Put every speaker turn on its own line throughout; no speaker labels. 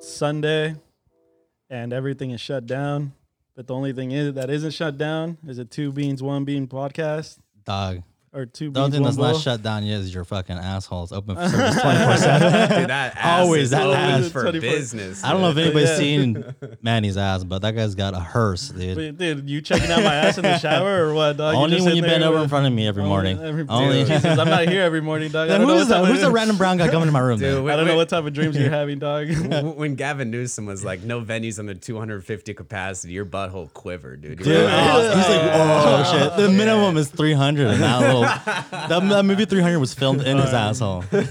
Sunday, and everything is shut down. But the only thing is that isn't shut down is a two beans one bean podcast
Dog.
or two
The
beans
only thing
one
that's not
bowl.
shut down yet is your fucking assholes. Open for service 24 7.
Dude, that ass
Always
is
that
open
ass.
for
24.
business.
I don't know if
dude.
anybody's
Yeah.
seen Manny's ass, but that guy's got a hearse, dude.
Wait, dude, you checking out my ass in the shower or what? Dog? You
Only
just
when you
sitting
bend
there
over in
with-
front of me every morning.
Every, dude,
Only.
Jesus, I'm not here every morning, dog. I
Then
don't know
who's
what
a,
time
who's
it
a
is.
random brown guy coming to my room?
Dude,
man?
I don't
wait,
know what type of dreams you're having, dog.
W- when Gavin Newsom was like, no venues under 250 capacity, your butthole quivered, dude.
Dude,
You're like,
oh, he's like, oh shit. The minimum is 300. And that, little, that, that movie 300 was filmed in his asshole.
I'm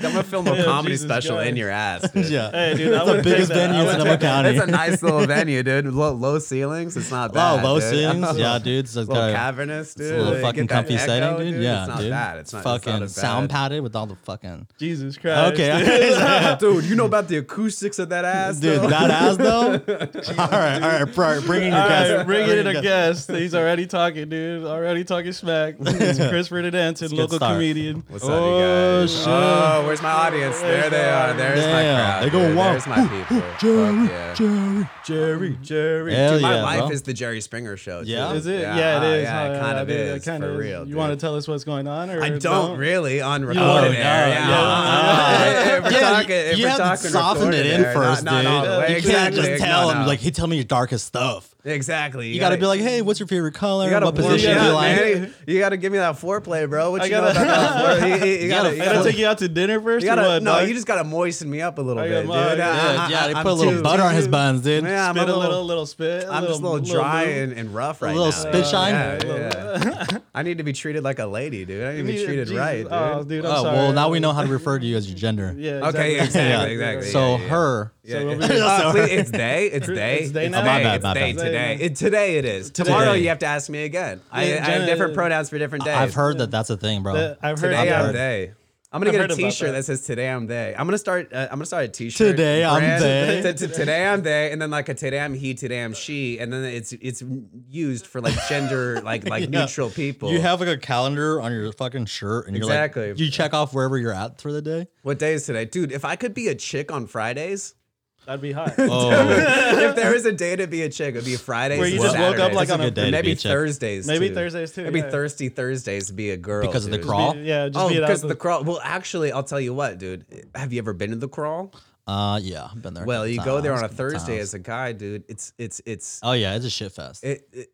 gonna film a
Yeah,
comedy
Jesus
special
Christ.
in your ass. Dude.
Yeah.
Hey, dude, I
That's the
wouldn't take
biggest
that. I
venue in
wouldn't
Sonoma County.
That's a nice little venue, dude. Low, low ceilings, it's not
Wow,
bad.
low
dude.
ceilings. Yeah, dude. So it's
little
got a,
cavernous, dude.
it's a little
Get
fucking
that
comfy
echo,
setting, dude. Yeah,
it's not
dude.
bad. It's not
fucking
it's not
sound
a bad-
padded with all the fucking.
Jesus Christ. dude.
Okay,
dude. You know about the acoustics of that ass,
dude,
though?
that ass though. all right, all right, bro, bring in your
All
guest.
right, bring in
your
a guest. He's already talking, dude. Already talking smack. It's Chris Anson,
get
local
started.
comedian.
What's up, you guys?
shit.
Oh, where's my audience? There they are. There's my
Damn,
crowd.
they go
dude.
wild.
There's my people. Fuck
Jerry,
yeah.
Jerry.
Jerry, Jerry.
Hell
Dude, my
yeah,
life
bro.
is the Jerry Springer show. dude.
Yeah?
Is it? Yeah,
uh,
it is.
Yeah, it
huh?
kind of
dude,
is.
It kind
for
of
real.
is. You want to
dude.
tell us what's going on? Or
I don't really on
don't?
recorded
Yeah,
air. Yeah.
yeah.
Uh, if we're
Yeah,
talking,
you-
if
you
we're
have to
talking
soften it
recorded
in
air, not-
first,
not all
dude.
the way.
You can't
Exactly,
just tell
no,
him
no.
like, hey, tell me your darkest stuff.
exactly.
You gotta be like, hey, what's your favorite color? What
warm
it
position
me
do
up,
you like?
man. You gotta give me that foreplay, bro. What
I
you
gotta-
know about that foreplay? You- You, you gotta,
gotta
you
Can I
gotta-
take you out to dinner first?
you gotta-
or what,
no,
dog?
you just gotta moisten me up a little
I got
bit, dude.
my-
I-
Yeah,
I-
yeah, they
I'm
put a little
too-
butter on his buns, dude.
Yeah, I'm
spit a
a
little, little spit.
I'm just a little dry and, and rough right now.
little
dude.
spit shine?
Yeah, yeah. I need to be treated like a lady, dude. I need to be treated right, dude.
Oh, dude, I'm
Oh,
sorry.
well, now we know how to refer to you as your gender.
Yeah.
Okay,
Yeah.
exactly, exactly.
So
yeah, yeah.
her.
Yeah,
So
yeah.
what we do-
Uh, please, it's day.
It's
It's day.
day now?
It's
My
day.
bad,
it's
my
day
bad.
today. It, today it is. Tomorrow
Today.
you have to ask me again. I, I
Yeah,
have different
Jenna-
pronouns for different days.
I've heard that that's a thing, bro.
That- I've heard.
today
I've
I'm
heard.
they. I'm gonna
I've heard
get a
about
T-shirt
that.
that. says "Today I'm they." I'm gonna start. Uh, I'm gonna start a T-shirt.
Today I'm
brand.
they.
T- t- today I'm they, and then like a today I'm he, today I'm she, and then it's it's used for like gender, like like
Yeah.
neutral people.
You have like a calendar on your fucking shirt, and you're like,
Exactly.
you check off wherever you're at for the day.
what day is today, dude? If I could be a chick on Fridays,
That'd be hot.
Oh,
if there was a day to be a chick, it'd be Fridays.
Where you
and
just woke up
Saturdays.
like on a
That's a good day.
And
to be
maybe
a chick.
Thursdays.
Maybe
too.
Thursdays, too,
Maybe
yeah.
thirsty Thursdays to be a girl
because of the
dude.
crawl.
yeah, just
Oh,
be it out
because of
the-
the crawl. Well, actually, I'll tell you what, dude. Have you ever been to the crawl?
Uh, yeah, I've been there.
Well,
couple
you go there
times,
on a
couple
Thursday
times.
as a guy, dude. It's it's it's
oh yeah, it's a shit fest.
it, it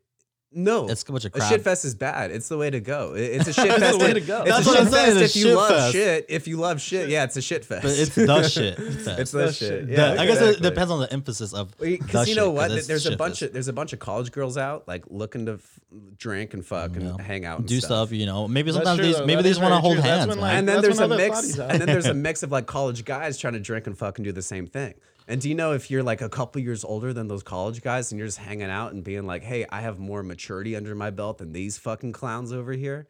no.
It's a bunch of
A
crap.
shit fest is bad. It's the way to go. It- It's a shit
It's
fest.
the way
if-
to go.
It's
That's
a
what
shit
I'm saying,
fest
it's
if you
shit
love
fest.
shit. If you love shit, yeah, it's a shit fest.
but it's the shit. Fest.
it's
It's
the,
the
shit.
shit.
Yeah,
I guess it
exactly.
depends on the emphasis of. the
Because you
shit,
know what?
'cause it's
There's a
shit
bunch
fest.
of there's a bunch of college girls out like looking to f- drink and fuck and hang out and
do
stuff.
stuff. You know, maybe
That's
sometimes
true,
these
though.
maybe
That
they
is
just want
very
to hold
true. That's
hands.
when,
man.
like,
and then
That's
there's a
when other
mix
bodies out.
and then there's a mix of like college guys trying to drink and fuck and do the same thing and do you know if you're like a couple years older than those college guys and you're just hanging out and being like hey i have more maturity under my belt than these fucking clowns over here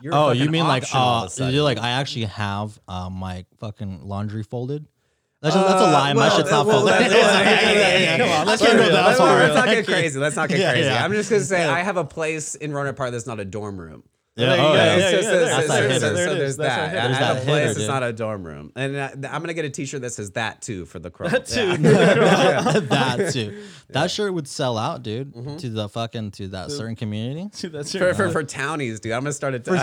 you're a
Oh, you
fucking
mean like
option all of
uh,
a sudden.
you're like I actually have uh, my fucking laundry folded. That's, just, that's a lie. My
Uh, well,
shit's not
well,
folded.
that- yeah, yeah, yeah,
Come on,
I
let's
can't
be
go
real.
that
Let's,
far.
let's not
I can't-
get crazy. Let's not get
Yeah, oh,
crazy.
yeah.
I'm just gonna say I have a place in Roanoke Park that's not a dorm room.
Yeah,
There you
oh,
go.
yeah.
Yeah,
It's just-
yeah,
it's-
there it
it's-
Outside
it's-
hitter.
so
There it
there's
is. That's our
that.
hitter.
I
There's
have a
that
place.
hitter,
It's
dude.
not a dorm room, and I, I'm gonna get a T-shirt that says that too for the crow.
That too.
Yeah.
that too. That shirt would sell out, dude,
Mm-hmm.
to the fucking to that certain community.
Dude, that's your
For, for, for townies, dude. I'm gonna start a for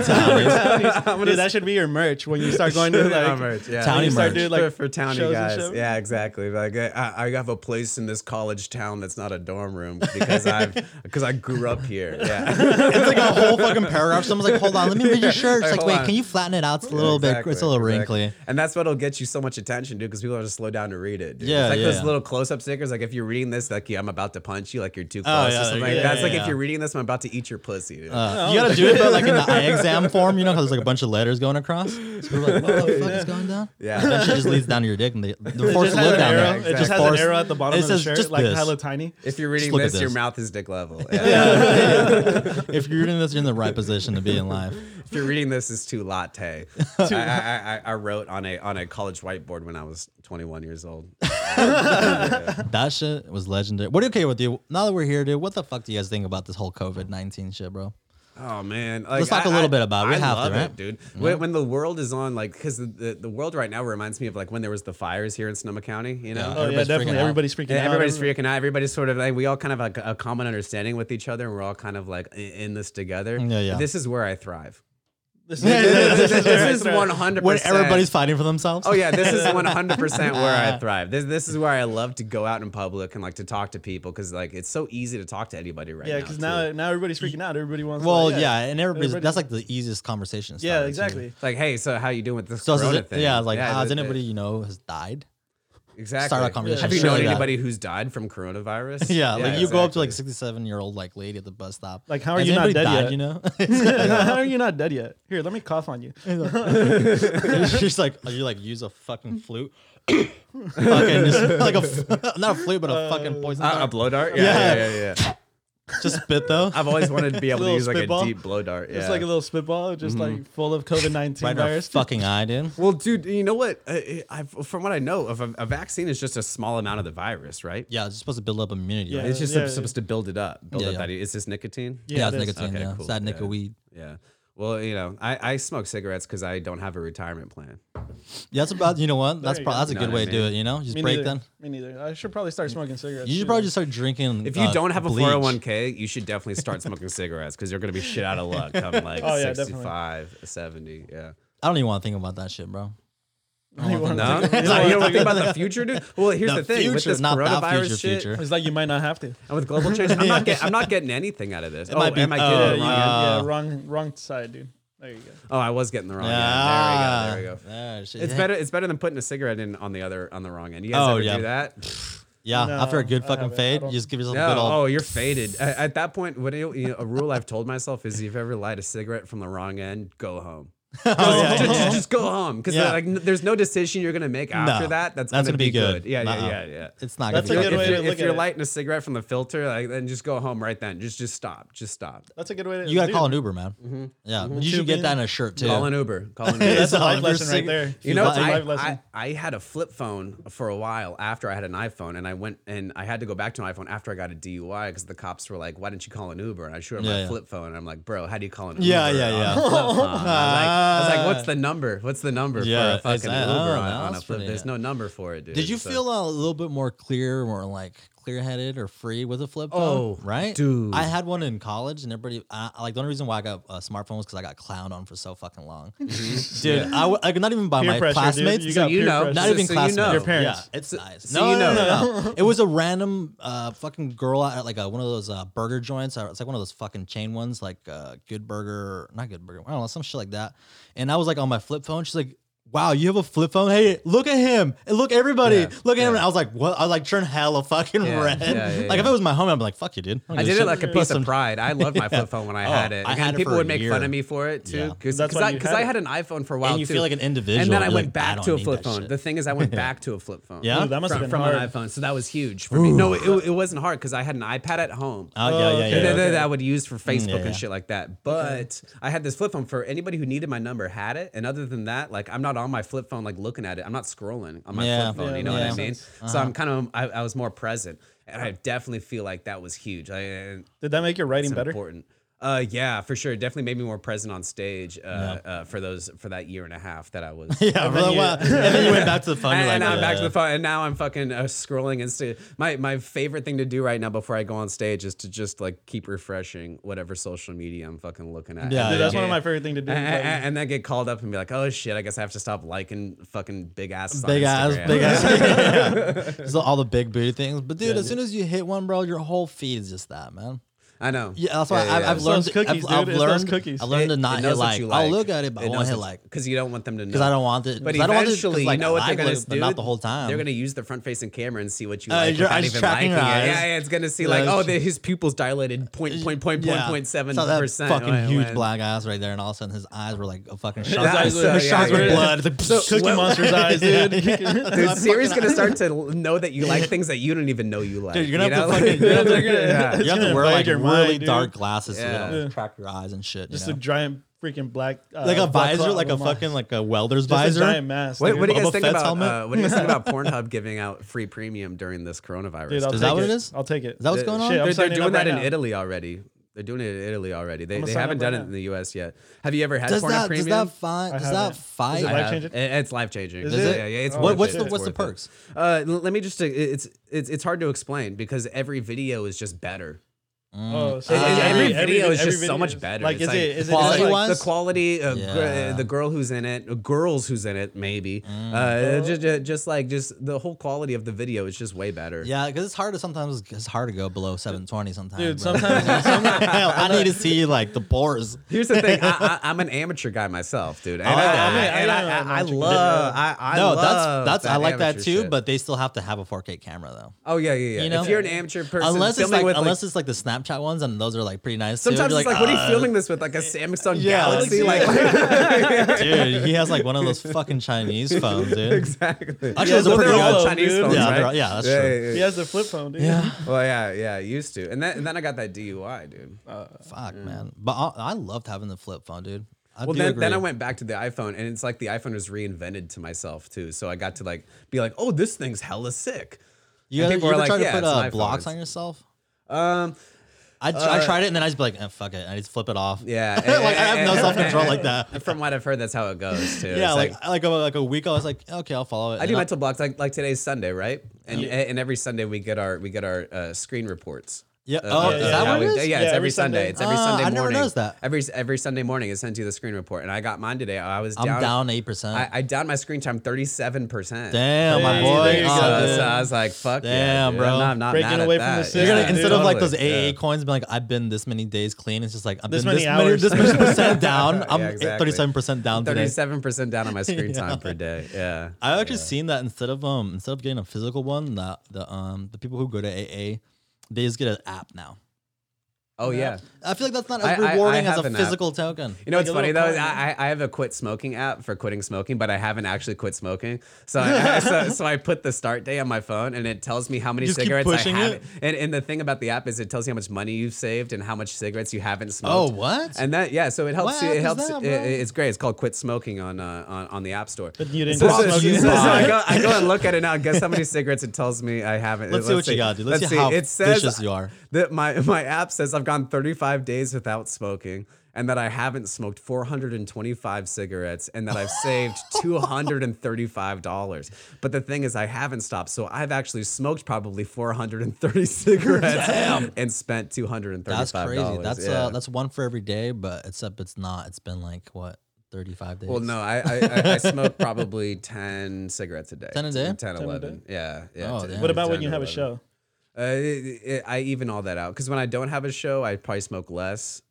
Dude, that should be your merch when you start going to like
merch, yeah.
when you
Townie
start
merch.
doing,
for,
like
for
shows
townie
and
guys.
shit.
Yeah, exactly. Like I, I have a place in this college town that's not a dorm room because I've because I grew up here. Yeah.
It's like a whole fucking paragraph. Someone's like, "Hold on, let me read your shirt." It's like,
Like, hold
"Wait,
on.
can you flatten it out? It's a little bit. It's a little
exactly.
wrinkly."
And that's what'll get you so much attention, dude, because people are just slow down to read it. Dude.
Yeah,
It's like
yeah.
those little close up stickers. Like if you're reading this, like yeah, I'm about to punch you, like you're too
Oh,
close
yeah,
or something
yeah,
like
yeah,
that. It's like
yeah.
if you're reading this, I'm about to eat your pussy, dude.
Uh, you gotta do it, but like in the eye exam form, you know, because there's like a bunch of letters going across. So we're like, what the fuck is going down?
Yeah.
that shit just leads down to your dick, and they, the
It
force
just
to
has
look
an
down
arrow.
there.
It just has an
Force-
arrow at the bottom
It
of the
says
shirt,
just
like
this.
hella tiny.
if you're reading
look at
this, your
this.
mouth is dick level. Yeah.
if you're doing this, you're in the right position to be in life.
if you're reading this, it's too latte. I, I, I, I wrote on a on a college whiteboard when I was 21 years old.
That shit was legendary. What okay with you? Now that we're here, dude, what the fuck do you guys think about this whole COVID nineteen shit, bro?
Oh man, Like,
Let's talk a little bit about it. We
I
have to,
love
right? Mm-hmm.
it, dude. When, when the world is on, like, because the, the, the world right now reminds me of like when there was the fires here in Sonoma County. You know,
Oh yeah,
Everybody's freaking
definitely.
out.
Everybody's freaking
Yeah,
out.
everybody's
Everybody-
freaking out. Everybody's sort of like we all kind of have a, a common understanding with each other, and we're all kind of like i- in this together.
Yeah, yeah.
This is where I thrive.
This
This is- this is
right.
one hundred.
When everybody's fighting for themselves.
Oh yeah, this is 100% where I thrive. This this is where I love to go out in public and like to talk to people cuz like it's so easy to talk to anybody right now.
Yeah, because
too.
now now everybody's freaking out. Everybody wants. to,
Well,
like,
yeah, and everybody's
Oh, Everybody-
that's like the easiest conversation. starter,
Yeah,
too.
exactly.
it's like, "Hey, so how you doing with this
So, it's-
corona
it's-
thing?"
yeah, it's like, ah, has
th-
anybody you know has died?
exactly.
start a conversation
Have you
straight
known
like
that.
anybody who's died from coronavirus?
Yeah, like you go up to like
exactly.
sixty-seven year old like lady at the bus stop.
Like, how are
"Has
you not
anybody
dead
died,
yet?"
You know,
How are you not dead yet? Here, let me cough on you.
she's like, oh, you like use a fucking flute, fucking just, like a f- not a flute but a fucking poison.
Uh, a
dart.
blow dart? Yeah, yeah,
Yeah.
yeah. yeah,
just spit though.
I've always wanted to be able to
Little
use like
spitball.
a deep blow dart. Yeah.
It's like a little spitball, just like full of COVID nineteen
Right in her
virus.
Mm-hmm. fucking eye, dude.
well, dude, you know what? I, I, I've- from what I know, of a, a vaccine is just a small amount of the virus, right?
Yeah, it's supposed to build up immunity.
Yeah.
right?
It's just
yeah,
supposed to build it up. Build
Yeah,
up
yeah.
that. Is this nicotine?
Yeah, it's
it is.
nicotine.
Okay,
yeah,
cool,
it's that
yeah.
nicotine weed.
Yeah. Well, you know, I, I smoke cigarettes because I don't have a retirement plan.
Yeah, that's about. You know what? That's
you
pro-
go.
that's a
Know
good
what
way
I
to do
mean?
it. You know, just
Me
break
neither.
them.
Me neither. I should probably start smoking cigarettes.
You should
too.
probably just start drinking.
If you
uh,
don't have a
bleach.
401k, you should definitely start smoking cigarettes because you're going to be shit out of luck come like
Oh, yeah, definitely.
65, 70. Yeah.
I don't even want to think about that shit, bro.
You wanna
No?
take-
you don't want to think about the future, dude? Well, here's
The
the, thing with
future,
this
not that
coronavirus
future,
shit
future.
It's like you might not have to. It
and with global change, I'm, not get, I'm not getting anything out of this. oh,
might be-
am
oh,
I
yeah,
getting
you,
it
yeah.
wrong?
yeah, wrong wrong side, dude. There you go.
Oh, I was getting the wrong end. There we go. There we go.
Yeah, shit.
It's
Ah. Yeah.
better. It's better than putting a cigarette in on the other on the wrong end. You guys
Oh,
ever
yeah.
do that?
Yeah, after a
No,
good
I
fucking
haven't. I
fade, you
don't-
just give yourself a
No.
good old.
Oh, you're faded. At, at that point, what you, you know, a rule I've told myself is: if you ever light a cigarette from the wrong end, go home.
yeah,
just,
yeah.
just- just go home because
Yeah.
like, n- there's no decision you're gonna make after that. That's, gonna, be good. Yeah,
Nuh-uh.
yeah, yeah, yeah.
It's not.
That's
gonna
a good
be good.
way
if
to
you're,
look
if
at
you're
it.
lighting a cigarette from the filter, like, then just go home right then. Just just stop. Just stop.
That's a good way to.
You gotta
do
call
it.
an Uber, man.
Mm-hmm.
Yeah, you
Two
should get that
beans.
in a shirt too.
Mm-hmm. Call an Uber. Call an Uber.
That's a
Yeah,
life
if you're
lesson right
sing-
there.
You know,
That's a
like-
life
I,
lesson.
I, I had a flip phone for a while after I had an iPhone, and I went and I had to go back to my iPhone after I got a DUI because the cops were like, "Why didn't you call an Uber?" And I showed them
Yeah,
my
yeah.
flip phone, and I'm like, "Bro, how do you call an
Yeah,
Uber?"
yeah,
on a
yeah.
flip phone?" I, was like, I
Ah.
was like, "What's the number? What's the number
Yeah,
for a fucking
exactly.
Uber
Oh,
on,
no,
on a
that's
flip?
pretty-
There's no number for it, dude."
Did you
So-
feel a little bit more clear, more like clear-headed or free with a flip phone?
Oh,
right,
dude.
I had one in college, and everybody I, I- like the only reason why I got a smartphone was because I got clowned on for so fucking long,
Mm-hmm.
dude. I w- like not even by
Peer
my
pressure,
classmates.
Dude. You
so
got
you
peer
know,
pressure.
not
So-
even
so you
classmates.
know. Your
parents.
Yeah, it's nice.
so
no,
you
no,
know.
no, no. it was a random uh, fucking girl at like a, one of those uh, burger joints. Uh, It's like one of those fucking chain ones, like uh, Good Burger, not Good Burger. I don't know, some shit like that. And I was like on my flip phone. She's like, "Wow, you have a flip phone? Hey, look at him! And look everybody,
Yeah,
look at him!" And
yeah.
I was like, "What?" I was like, "Turn hella fucking
Yeah,
red."
yeah, yeah,
like if
yeah.
it was my home, I'd be like, "Fuck you, dude." don't
I
Oh,
give
did it
shit."
like a
Put
piece of
some-
pride. I loved my flip phone when I
Oh,
had it.
I
And
had it
people
for
would
a
make
year.
fun of me for it
Yeah.
too, because
That's why
I
you
because
had
I
it.
had an iPhone for a while
And you
too.
feel like an individual.
And then I
You're
went
like, "I
back
don't
to a
need
flip
that
phone.
shit."
The thing is, I went back to a flip phone.
Yeah?
Ooh, that must
from,
have been
from
hard.
an iPhone. So that was huge for me. No, it, it wasn't hard because I had an iPad at home.
Oh, yeah, yeah,
Okay.
yeah.
that-
yeah.
that, that I would use for Facebook
yeah, yeah.
and shit like that. But I had this flip phone for anybody who needed my number had it. And other than that, like I'm not on my flip phone, like looking at it. I'm not scrolling on my
Yeah.
flip phone.
Yeah, Uh-huh.
you know
that
what I
makes
mean? So I'm kind of I, I was more present, and I definitely feel like that was huge. I, and
Did that make your writing
it's
better?
important. Uh, yeah, for sure. It definitely made me more present on stage uh, uh, for those for that year and a half that I was.
Yeah, for a while. and then you went back to the phone.
And,
you're like,
and now I'm back to
"Uh,
the phone, and now I'm fucking uh, scrolling Insta. My my favorite thing to do right now before I go on stage is to just like keep refreshing whatever social media I'm fucking looking at.
Yeah, Dude,
And
Dude,
then
that's one of
get-
my favorite thing to do.
And,
like-
and- and then get called up and be like, oh shit, I guess I have to stop liking fucking big ass.
Big ass, big ass. yeah. Just all the big booty things. But dude, as soon as you hit one, bro, your whole feed is just that, man.
I know.
Yeah, that's why
Yeah, yeah,
I've,
yeah.
I've
It's
learned.
those cookies,
I've, I've
dude. It's those
learned.
cookies.
I learned to not hit like. I'll look at it, but I won't hit like.
because you don't want them to know.
Because I don't want it.
But
'cause I don't want it, 'cause,
eventually,
like,
you know what
I
they're gonna
like,
do?
but not the whole time.
They're gonna use the front-facing camera and see what you
Uh,
like
your
without
eyes
even
tracking
liking it.
your eyes.
Yeah, yeah, it's gonna see like,
Yeah,
oh,
it's- Uh,
the, his pupils dilated point point point point point seven
Saw that
percent.
Fucking
Wait,
huge
wait.
black ass right there, and all of a sudden his eyes were like a fucking shark.
eyes
His
were- yeah,
sharks
yeah,
with
yeah.
blood. It's like,
Cookie Monster's eyes, dude.
Dude, Siri's gonna start to l- know that you like things that you don't even know you like.
Dude, you're gonna
you
have to
know?
fucking- you're gonna have to-
Yeah.
You have
gonna
to wear
invade
like
your
really
mind, dude.
dark glasses so
Yeah.
they don't track your eyes and shit. you
just
know?
a giant freaking black. Uh,
like a
black
visor,
cloud
like a
of a
fucking like a welder's
Just
visor.
a giant mask.
What,
dude.
what do you
Boba
guys think
Fett's
about?
helmet?
Uh, what do you guys think about Pornhub giving out free premium during this coronavirus?
Dude, I'll
Is that
take
what it is?
I'll take it.
Is that what's going on?
Shit, I'm
they're, they're
signing up
doing
right
that in
now.
Italy already. They're doing it in Italy already. They,
I'ma
they
sign
haven't
up
done
right
it
now.
in the U.S. yet. Have you ever had
Does
Pornhub
that does
Premium?
that fi-
I
does that
haven't.
fight?
Is it
I
Life
have.
changing?
It- It's life changing.
Is
it?
Yeah, yeah. It's
Oh,
What,
worth
what's
it.
the
It's
what's the
worth it.
perks?
Uh, l- let me just. It's it's it's hard to explain because every video is just better.
Oh, so
It-
it's
it- every
video is
every
just so
video
much
is-
better.
Like,
It's
is
like
it is it
quality
just like,
wise?
The quality, uh, gr-
Yeah. Mm.
the girl who's in it, uh, girls who's in it, maybe.
Oh.
Uh, just, just like just the whole quality of the video is just way better.
Yeah, because it's hard to sometimes it's hard to go below 720 sometimes.
dude?
bro.
Sometimes
Hell, I need to see like the pores.
Here's the thing. I, I, I'm an amateur guy myself, dude. And
Oh,
I,
yeah.
I,
I
and
mean,
I,
I am an
I, I
amateur guy.
love. I, I
no,
love
that's that's I like that
amateur
too,
shit.
but they still have to have a 4K camera though.
oh yeah, yeah, yeah.
You know?
if you're an amateur person,
unless it's like
filming with,
unless it's like the Snapchat ones, and those are like pretty nice. too.
Sometimes
You're
it's like, what are
"Ah,
you filming this with? Like a Samsung
Yeah, let's
Galaxy?
see
Like,
dude? He has like one of those fucking Chinese phones, dude.
exactly.
Actually, those
well,
are
they're
pretty
all
good.
Chinese
Yeah,
phones,
they're
right?
all- yeah, that's
yeah,
true.
yeah, yeah.
he has the flip phone, dude.
Yeah,
Well, yeah, yeah, I used to, and that, and then I got that DUI, dude.
Oh, fuck, man. But I, I loved having the flip phone, dude. I
well,
do
then,
agree.
then I went back to the iPhone, and it's like the iPhone was reinvented to myself too. So I got to like be like, oh, this thing's hella sick.
You,
and
ever- you
people were
ever
like,
tried
"Yeah,
to put
it's an
uh,
iPhone,
blocks
it's-
on yourself?
Um, uh,
I, I tried it and then I just be like, eh, fuck it, I just flip it off.
yeah,
like I have no
and-
self control like that.
From what I've heard, that's how it goes too.
Yeah,
It's
like like, a, like a week, I was like, okay, I'll follow it.
I
And
do
I'll-
mental blocks like like today's Sunday, right? And and every Sunday we get our we get our uh, screen reports.
Yeah.
Uh,
Oh,
uh,
is
yeah,
that
how
what it
we-
is?
Yeah,
Yeah,
it's every,
every
Sunday.
Sunday.
It's every
Ah,
Sunday
I
morning.
never noticed that.
Every every Sunday morning it sends you the screen report, and I got mine today. I was
I'm
down.
down eight percent.
I, I downed my screen time thirty seven percent.
Damn, my
Hey,
boy.
there you
Oh,
go.
dude.
so, so I was like, "Fuck yeah,
Damn,
dude.
bro.
I'm not, I'm not
Breaking
mad at
away from
that.
the system,
You're gonna
Yeah,
instead of like those
Totally.
AA
Yeah.
coins, being like, I've been this many days clean. It's just like I've
This
been
many hours.
this many this much percent down. I'm
Yeah, exactly.
thirty-seven percent down today.
37% down on my screen time per day. Yeah.
I've actually seen that instead of um instead of getting a physical one, that the um the people who go to AA, they just get an app now.
Oh, yeah.
I feel like that's not
I-
as
I- I
rewarding as
have
a
an app.
physical token.
You know
Like
what's
a
funny though?
little
is
coin,
I, I I have a quit smoking app for quitting smoking, but I haven't actually quit smoking. So I, I- so, so I put the start day on my phone, and it tells me how many
Just keep
cigarettes I
pushing
haven't.
it?
And and the thing about the app is it tells you how much money you've saved and how much cigarettes you haven't
Oh
smoked.
what?
And that yeah, so it helps.
What
you-
app
It
is
helps.
that,
it-
bro?
it's great. It's called Quit Smoking on uh, on, on the App Store.
But you didn't
So,
quit
so-
smoking.
so- so I, go, I go and look at it now. and Guess how many cigarettes it tells me I haven't.
Let's see what you got, dude. Let's see how vicious you are.
that my my app says I've gone 35 days without smoking and that I haven't smoked 425 cigarettes and that I've saved $235. But the thing is I haven't stopped. So I've actually smoked probably 430 cigarettes and spent $235.
That's crazy. That's
yeah.
uh that's one for every day, but except it's not. It's been like what thirty-five days.
well, no, I I, I, I smoke probably ten cigarettes a day.
10 a day?
10, 11. Yeah, yeah.
Oh,
10,
damn.
What about when
10,
you have a
11.
show?
Uh, it, it, I even all that out because when I don't have a show, I probably smoke less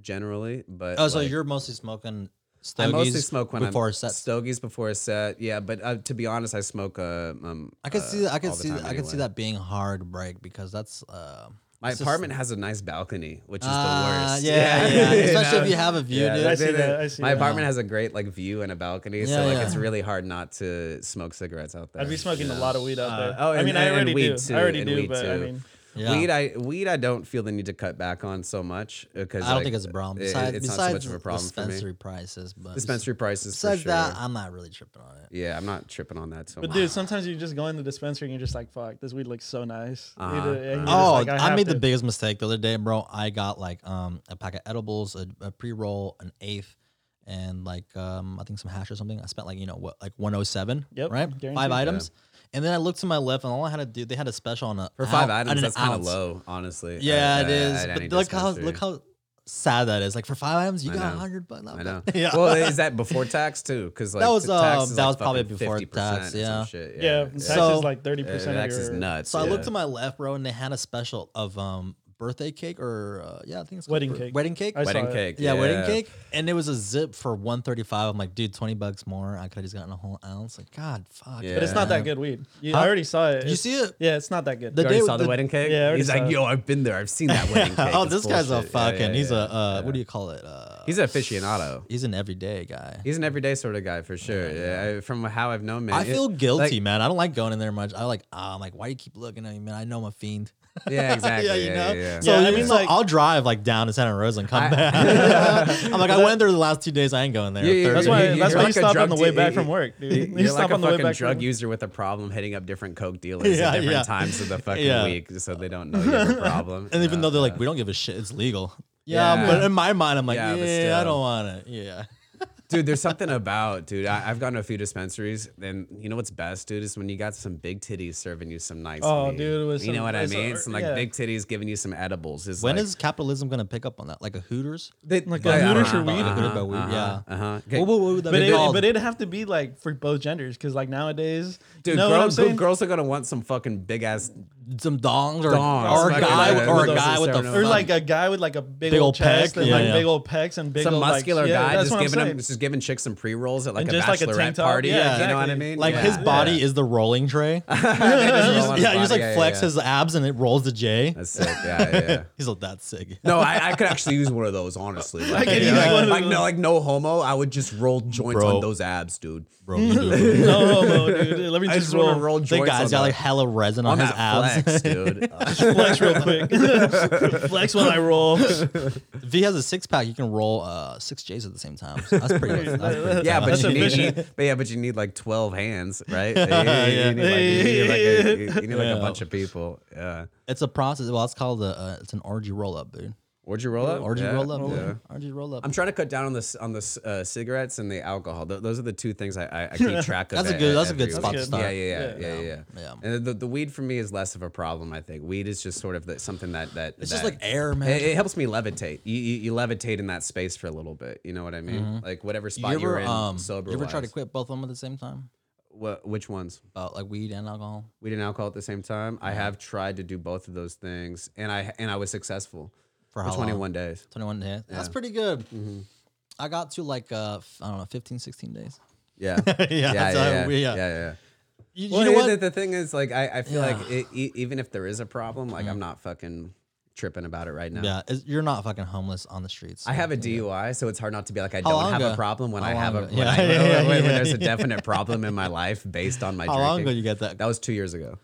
generally. But
Oh, so
like,
you're mostly smoking
I
stogies
mostly smoke when
before
I'm,
a set.
Stogies before a set, yeah. But uh, to be honest, I smoke. Uh, um,
I could
uh,
see that. I could
all the
see.
time
that- I could see
anyway.
that being hard to break because that's. Uh,
My
it's just-
apartment has a nice balcony, which is
Ah,
the worst.
Yeah, yeah.
You
Especially
know?
if you have a view,
Yeah, uh,
dude.
I see that, I see
my
that.
apartment has a great like view and a balcony, so
Yeah,
like
yeah.
it's really hard not to smoke cigarettes out there.
I'd be smoking a lot of weed out there.
oh,
I
and-
mean, I
and- and
already do.
weed too,
I already
and
do,
weed
but I
too.
mean,
Yeah.
Weed, I weed, I don't feel the need to cut back on so much because
I don't think it's a problem. Besides,
it's
besides
not so much of a problem for me.
dispensary prices, but
Dispensary prices,
besides
for sure.
that, I'm not really tripping on it.
yeah, I'm not tripping on that so
but
much.
dude, sometimes you just go in the dispensary and you're just like, "Fuck, this weed looks so nice." You
Uh-huh.
do- and you're just
Oh,
like,
I,
have
made the
to-
biggest mistake the other day, bro. I got like um a pack of edibles, a, a pre roll, an eighth, and like um I think some hash or something. I spent like you know what like 107,
Yep,
right?
guaranteed.
Five items, and then I looked to my left, and all I had to do they had a special on a
for five
ounce- on
items,
an
that's kind of
ounce.
low, honestly.
Yeah,
at-
it
at-
is.
at any
But look how
dispensary.
look how sad that is. Like for five items, you
I
got
know.
a hundred bucks. not
I know.
bad. yeah.
Well, is that before tax too? Because like
That was,
t- tax
um,
is
that
like
was probably
fucking
before
50%
tax,
or some
yeah.
shit.
yeah, tax
So-
is like thirty
Uh,
percent of
tax
your.
is nuts.
So I
yeah.
looked to my left, bro, and they had a special of um birthday cake or uh, yeah, I think it's called
Wedding
bir-
cake.
Wedding cake.
I saw
wedding
it.
cake.
yeah, wedding cake, and it was a zip for one thirty five. I'm like, dude, twenty bucks more. I could have just gotten a whole ounce. Like, God, fuck.
But it's not that
man.
good weed. You,
Huh?
I already saw it.
Did you see it?
Yeah, it's not that good.
The
You already
They-
saw the,
the-
wedding cake.
Yeah, I already
he's like,
saw it.
yo, I've been there. I've seen that wedding cake.
oh,
It's
this guy's a
bullshit. Yeah, yeah,
fucking. he's a
yeah.
uh, what do you call it? Uh,
he's an aficionado.
he's an everyday guy.
He's an everyday sort of guy for sure. Yeah, I- from how I've known, man.
I
It-
feel
like,
guilty, man. I don't like going in there much. I like, ah, I'm like, why do you keep looking at me, man? I know I'm a fiend.
Yeah, exactly.
yeah, you know.
yeah.
So
Yeah, I
I mean,
mean,
so
like-
I'll drive like down to Santa Rosa and come
I-
back. I'm like, I went there the last two days. I ain't going there.
Yeah, yeah,
Third-
That's
You-
why.
you-
that's
you're
why
like
you
a
stop on
drug
the way
de-
back from work, dude.
You-
You
You're
stop
like a
on the way
fucking
back.
drug
From work.
user with a problem hitting up different coke dealers
Yeah,
at different
yeah.
times of the fucking
Yeah.
week, so they don't know you have a problem.
And even
Yeah.
though they're like, we don't give a shit, it's legal. Yeah,
Yeah.
but in my mind, I'm like,
Yeah,
yeah,
but
I
still.
don't want it. Yeah.
dude there's something about dude I, i've gone to a few dispensaries and you know what's best dude is when you got some big titties serving you some nice
Oh,
weed.
dude, with
you know
some-
what i
with some-
mean some like
yeah.
big titties giving you some edibles is
When
like,
is capitalism gonna pick up on that? Like a Hooters?
they,
Like
yeah,
a
uh-huh,
Hooters or weed?
uh-huh,
Hooters by weed,
uh-huh,
yeah.
uh-huh. Okay.
What, what, what would that
But
be
it,
called?
but it'd have to be like for both genders, because like nowadays,
dude
you know what I'm
girls,
saying?
girls are gonna want some fucking big ass
some dongs or,
Dongs,
or a
fucking
guy
like
or a
those
guy with a
Serenova.
or
fucking-
like a guy with like a big,
Big
old
old
chest
pec,
and
yeah,
like
yeah.
big old pecs and big
some
old
muscular
like, yeah,
guy
that's
just
what I'm
giving
saying.
him just giving chicks some pre-rolls at like
And
a
just, like, a
bachelorette
tank top,
party
yeah,
you know what i
exactly.
mean
like
yeah.
his body
Yeah.
is the rolling tray. You
Just roll
just-
on his
yeah, you just
body.
like
yeah,
flex
yeah.
his abs and it rolls the J.
that's sick yeah yeah, yeah
He's like, that's sick.
No, I, I could actually use one of those, honestly. Like,
could
yeah,
use
like-
one of
like,
those.
no, like no homo. I would just roll joints
Bro.
on those abs, dude.
Bro, you do it.
no, no, dude. Let me
I
just
just
roll,
want to roll
the
joints.
guy's got
on that-
like hella resin on,
on
his
that
abs.
flex, dude. Uh,
flex real quick. flex while I roll.
if he has a six pack, you can roll uh, six J's at the same time. So that's pretty. that's pretty tight.
yeah, but
That's
you need,
efficient.
but yeah, but you need like twelve hands, right? yeah. You need, like, you need, like, a, you need, like, a bunch of people. Yeah.
it's a process. Well, it's called a uh, it's an orgy roll up, dude.
Orgy roll up.
Orgy
Yeah,
roll up,
yeah.
dude. Orgy roll up.
I'm trying to cut down on this on the c- uh, cigarettes and the alcohol. Th- those are the two things I, I, I keep track of.
That's a
e-
good- that's a good
every
spot
to
week.
start.
Yeah, yeah, yeah,
Yeah.
yeah, yeah.
Yeah.
And the, the weed for me is less of a problem. I think weed is just sort of the, something that that
it's just
that-
like air, man.
It, it helps me levitate. You, you you levitate in that space for a little bit. You know what I mean? Like whatever
Mm-hmm. you
spot you
ever
are in,
um
sober.
you ever try to quit both of them at the same time?
Wha- which ones?
About like weed and alcohol.
Weed and alcohol at the same time. I have tried to do both of those things, and I and I was successful
For how
for Mm-hmm.
long?
21 days.
21 days. That's pretty good. I got to like uh f- I don't know 15, 16 days.
Yeah. yeah,
Yeah,
yeah,
that's how
yeah, yeah,
we- yeah.
yeah.
You, you
Well,
know
it-
what?
The, the thing is, like, I, I feel
Yeah. Mm.
like it, e- even if there is a problem, like, I'm not fucking tripping about it right now.
yeah, it's, you're not fucking homeless on the streets.
I
so-
have a DUI, so it's hard not to be like, I
How
don't
long
have
ago?
a problem when
How
I have a
long
when,
ago?
I,
Yeah, yeah,
when- when
yeah,
there's
yeah.
a definite problem in my life based on my
How
drinking.
long ago you get that?
That was two years ago.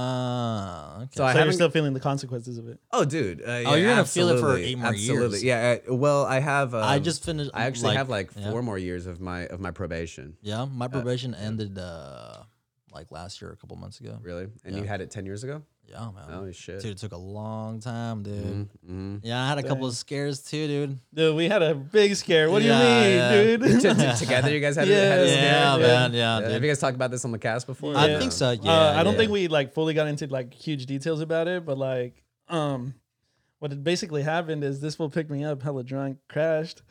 Ah, okay.
So I
So you're
haven't.
still feeling the consequences of it.
oh, dude. Uh, yeah,
you're gonna feel it for
absolutely,
eight more
absolutely.
years.
Yeah. uh, well, I have. Um,
I just finished.
I actually have like
yeah.
four more years of my of my probation.
Yeah, my probation ended uh like last year, a couple months ago.
Really? And you had it ten years ago?
Yeah, man.
Oh shit.
Dude, it took a long time, dude.
Mm-hmm.
Yeah, I had a couple of scares too, dude.
Dude, we had a big scare. What
Yeah,
do you
yeah.
mean, dude?
T- t- together, you guys had,
Yeah.
had a
Yeah,
Yeah,
scare?
man. Yeah,
Yeah,
dude.
Have you guys talked about this on the cast before?
I
Yeah.
think so. Oh, Yeah,
uh, I don't
yeah.
think we like fully got into like huge details about it, but like, um, what had basically happened is this will pick me up, hella drunk, crashed,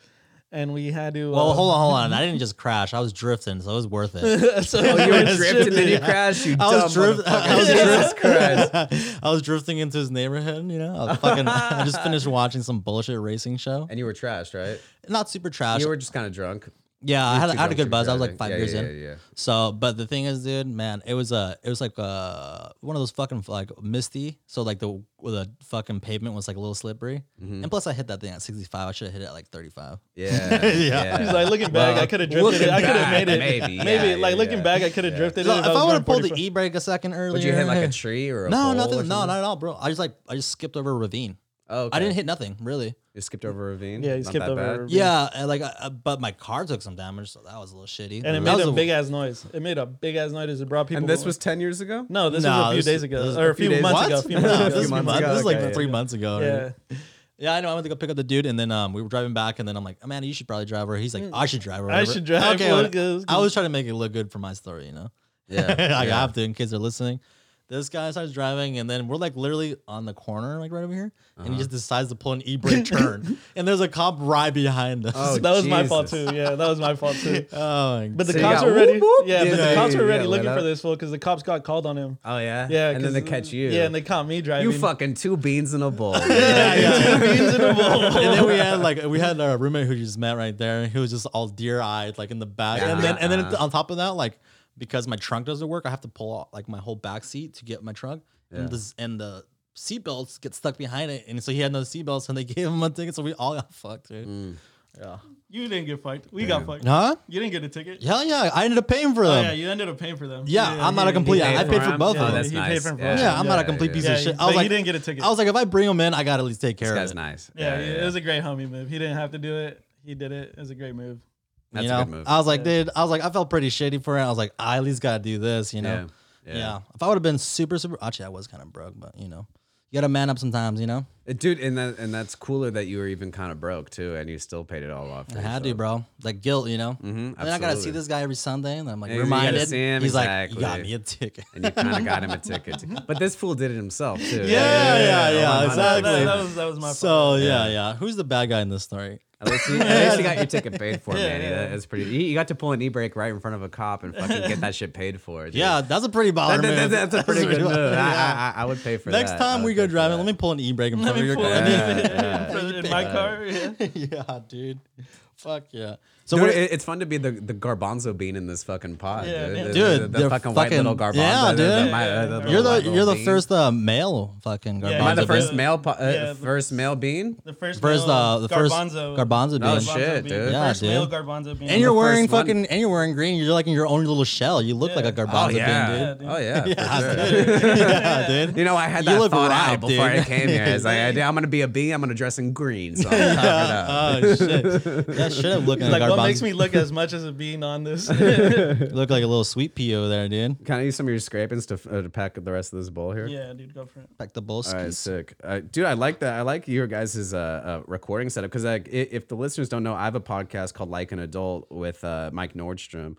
and we had to.
Well,
uh,
hold on, hold on. I didn't just crash. I was drifting, so it was worth it.
so
Oh, you were
it's
drifting, then you
shifted.
crashed. You
I was,
dumb
drift- I, was
motherfucker.
drift-
Jesus Christ.
I was drifting into his neighborhood, you know. I, was fucking, I just finished watching some bullshit racing show.
And you were trashed, right?
Not super trash.
You were just kind of drunk.
yeah, I had, I had a
drunk
good
to
buzz. I was
drive.
like five
Yeah,
years
yeah,
in.
yeah, yeah.
So, but the thing is, dude, man, it was uh, it was like uh, one of those fucking like misty. So like the the fucking pavement was like a little slippery.
Mm-hmm.
And plus, I hit that thing at 65. I should have hit it at like 35.
Yeah.
Yeah.
yeah.
He's like, looking back, I could have drifted it. I could have
back,
made it.
maybe,
Maybe,
yeah,
like
yeah,
looking
yeah.
back, I could have drifted
So
it.
if I would
was
have
going
pulled the
45.
e brake a second earlier,
Would you hit like a tree or a
no,
pole or
nothing, no,
something?
not at all, bro. I just like I just skipped over a ravine.
Oh, okay.
I didn't hit nothing really.
You skipped over a ravine.
Yeah, you
Not
skipped
that
over a
bad.
ravine.
Yeah, and like, I, I- but my car took some damage, so that was a little shitty.
and it
That
made
was
a big ass noise. It made a big ass noise. as It brought people.
And this was ten years ago.
no, this
No,
was a few
this-
days ago,
this-
or
a
a
few
few
days-
months
What?
ago. A few
No,
months
this
ago.
was
few months
months-
ago,
this was like
okay, yeah.
three months ago. already.
Yeah.
Yeah, I know. I went to go pick up the dude, and then um, we were driving back, and then I'm like, "Amanda, you should probably drive her." He's like, "I should drive her."
Mm. I
whatever."
should drive her,
well,
it goes-
I was trying to make it look good for my story, you know.
Yeah,
like, I
yeah.
have to in case they're listening. This guy starts driving, and then we're like literally on the corner, like right over here, and he just decides to pull an e-brake turn, and there's a cop right behind us.
Oh,
Oh,
that was my fault
Jesus.
too. Yeah, that was my fault too.
my
But the
So you
cops
got
were ready.
whoop, whoop.
Yeah, but
Yeah,
the cops
yeah,
were
yeah,
ready
lit
looking for
up.
this fool because the cops got called on him.
Oh yeah.
Yeah,
And
'cause-
then they catch you.
Yeah, and they caught me driving.
you fucking two beans in a bowl.
Yeah, two beans in a bowl.
and then we had like we had our roommate who you just met right there, and he was just all deer eyed, like in the back. And then and then on top of that, like because my trunk doesn't work, I have to pull out like my whole back seat to get my trunk, and the and the seat belts get stuck behind it, and so he had no seat belts, and they gave him a ticket, so we all got fucked, dude.
Mm.
You didn't get fucked. We got fucked.
Huh?
You didn't get a ticket.
Hell yeah! I ended up paying for them.
Oh, yeah,
yeah,
you ended up paying for them.
I'm not a complete.
paid
I
for
paid for
them?
both
Yeah,
of
Oh,
them.
that's
he
nice.
paid for 'em.
Yeah.
Yeah,
Yeah, I'm not a
yeah,
complete
yeah,
piece
yeah.
of shit.
Yeah,
I was
but
like,
he didn't get a ticket.
I was like, if I bring him in, I gotta at least take care
This
of
guy's
it.
nice.
Yeah, it was a great homie move. He didn't have to do it. He did it. It was a great move.
That's
you
a
know,
good move.
I was like, dude, I was like, I felt pretty shitty for it. I was like, I at least gotta do this, you know. Yeah. If I would have been super, super, actually, I was kind of broke, but you know, you gotta man up sometimes, you know.
dude. And that and that's cooler that you were even kind of broke too, and you still paid it all off.
I had to, bro. Like guilt, you know.
Mm-hmm,
And then I gotta see this guy every Sunday, and I'm like
And you gotta
reminded.
see him,
He's like, you got
exactly.
me a ticket.
And you kind of got him a ticket, too. but this fool did it himself too.
Yeah, yeah, yeah,
No, no,
exactly.
That, that was that was my fault.
So yeah, yeah. Who's the bad guy in this story?
At least, you, at least you got your ticket paid for, Manny. That- That's pretty. You, you got to pull an e brake right in front of a cop and fucking get that shit paid for. dude.
Yeah, that's a pretty baller
That- that-
move.
that- that's a pretty good move.
baller. Yeah.
I, I, I would pay for
Next
that. I
time
would
we go
pay for
driving,
that.
let me pull an e-brake in
Let
front of
me
your
pull
car.
it in,
Yeah,
in
yeah.
my car. Yeah.
yeah, dude. Fuck yeah. So
Dude,
what?
it- it's fun to be the, the garbanzo bean in this fucking pod,
Yeah,
dude.
man.
The-
Dude,
the, the
they're
fucking white little garbanzo.
fucking- yeah,
the- the-
dude.
my- uh, the
you're
little
the
white
you're the
little bean.
first uh, male fucking garbanzo.
Yeah,
Am I the
Garbanzo
first
bean.
male? Po- uh,
Yeah.
first male bean.
The first
First
male
uh, the first
garbanzo.
garbanzo
Oh,
bean.
shit. dude.
The
Yeah,
first male
dude.
garbanzo bean.
And you're wearing
first one.
fucking and you're wearing green. You're like in your own little shell. You look like a
Yeah.
garbanzo
oh yeah.
bean, dude.
dude.
Oh yeah. for
Yeah,
sure.
dude. yeah, dude.
You know, I had
You
that
look
thought
ripe,
out before
dude.
I came here. I was like, I, am gonna be a bee. I'm gonna dress in green. So I'm covered up.
oh shit! That should have looked like,
like
a
what
garbanzo.
makes me look as much as a bean on this? yeah,
look like a little sweet pea over there, dude.
Can I use some of your scrapings to, uh, to pack the rest of this bowl here?
dude, go for it.
Like the bull
All right, sick, uh, dude. I like that. I like your guys' uh, uh, recording setup because, like, i- if the listeners don't know, I have a podcast called Like an Adult with uh, Mike Nordstrom,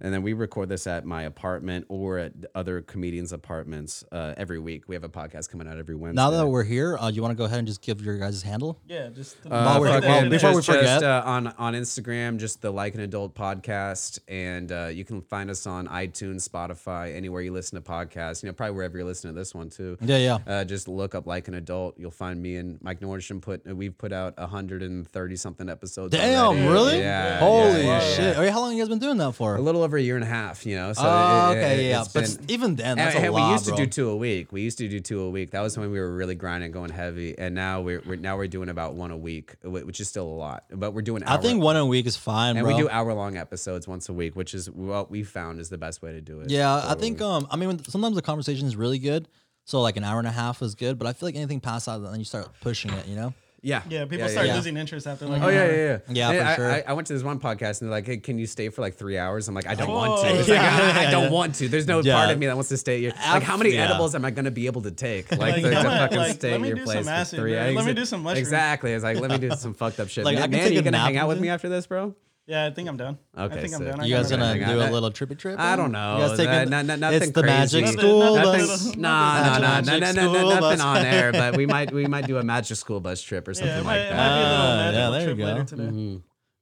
and then we record this at my apartment or at other comedians' apartments uh, every week. We have a podcast coming out every Wednesday.
Now that we're here, uh, you want to go ahead and just give your guys' handle?
Yeah, just
Uh,
While we're-
fuck
while-
it.
before we
Just- just,
forget.
uh, on on Instagram, just the Like an Adult podcast, and uh, you can find us on iTunes, Spotify, anywhere you listen to podcasts. You know, probably wherever you're listening to this one too.
Yeah, yeah.
Uh, just look up like an adult. You'll find me and Mike Nordstrom. Put uh, we've put out 130 something episodes.
Damn,
already.
really?
Yeah. yeah,
Holy
yeah,
shit!
yeah.
Oh, yeah, how long you guys been doing that for?
A little over a year and a half. You know. So
oh,
it- it-
okay,
it-
yeah.
it's
But
been-
s- even then,
and,
that's a
and
lot,
we used
bro.
to do two a week. We used to do two a week. That was when we were really grinding, going heavy. And now we're, we're now we're doing about one a week, wh- which is still a lot. But we're doing.
I
Hour,
think one a week is fine,
and
bro.
we do hour long episodes once a week, which is what we found is the best way to do it.
yeah, I think. Um, I mean, when- sometimes the conversation is really good, so like an hour and a half is good. But I feel like anything past that, then you start pushing it. You know?
Yeah.
yeah, people start
yeah.
losing interest after like.
Oh yeah, yeah, yeah.
Yeah,
Hey,
for
I,
sure.
I, I went to this one podcast and they're like, "Hey, can you stay for like three hours?" I'm like, "I don't want
Oh,
to. It's
yeah.
like, I, I
Yeah,
don't
yeah.
want to. There's no
Yeah.
part of me that wants to stay here. Like, how many
Yeah.
edibles am I gonna be able to take? Like,
Like,
to, to
come on,
fucking
like,
stay
let
at
me
your
do
place
some
for
acid,
three
bro.
hours?
Let me do some mushrooms.
Exactly. It's like, let me do some fucked up shit.
Like, I
Man,
can take
you
a
gonna
nap
hang out
and
with me
do-
after this, bro?
Yeah, I think I'm done.
Okay,
I think I'm
sick.
done. I
You guys
got
gonna
nothing.
hang out.
do a
That-
little trippy trip?
I don't know.
You guys taking?
That- not- not-
it's
nothing
the magic
crazy.
school.
Nothing-
that's-
nothing-
Nah, nah, nah,
Magic
nah, nah, nah,
school
nah, nothing
bus.
on air. But we might, we might do a magic school bus trip or
Yeah,
something
it might,
like
it
that.
might be a little
Ah, yeah,
magical
there you
trip
go.
later today.
Mm-hmm.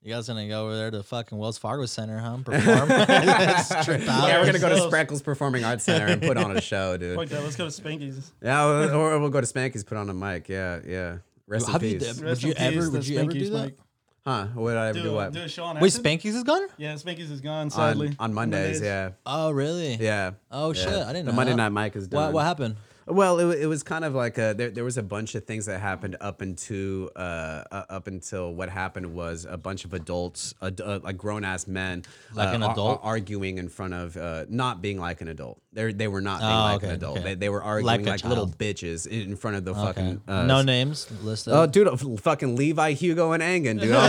You guys gonna go over there to fucking Wells Fargo Center, huh? and Perform? Just trip out.
Yeah, we're gonna go to
Ourselves.
Spreckles Performing Arts Center and put on a show, dude.
Fuck that. Let's go to Spanky's.
Yeah, or- or we'll go to Spanky's, put on a mic. Yeah, yeah. Rest
Have
in
you
peace.
done-
Rest
Would you
in peace
ever-
to
would you ever do
Spanky's,
that?
Mike.
Huh? Would I ever do,
Do,
what?
do a show on
Wait,
acid?
Spanky's is gone?
Yeah, Spanky's is gone sadly.
on, on Mondays, yeah,
Oh, really?
yeah.
Oh,
yeah.
shit, I didn't
The
know
Monday
that.
night mic is done.
What, what happened?
Well, it, wa- it was kind of like a, there, there was a bunch of things that happened up into uh, uh, up until what happened was a bunch of adults, ad, uh, like grown ass men,
Like
uh,
an
ar-
adult?
ar- arguing in front of uh, not being like an adult. They they were not being
Oh,
like an
okay,
adult.
okay.
They, they were arguing
Like
like,
a
little
child.
bitches in front of the
Okay.
fucking uh,
no names listed.
Oh, dude, f- fucking Levi, Hugo, and Angan, dude. I'll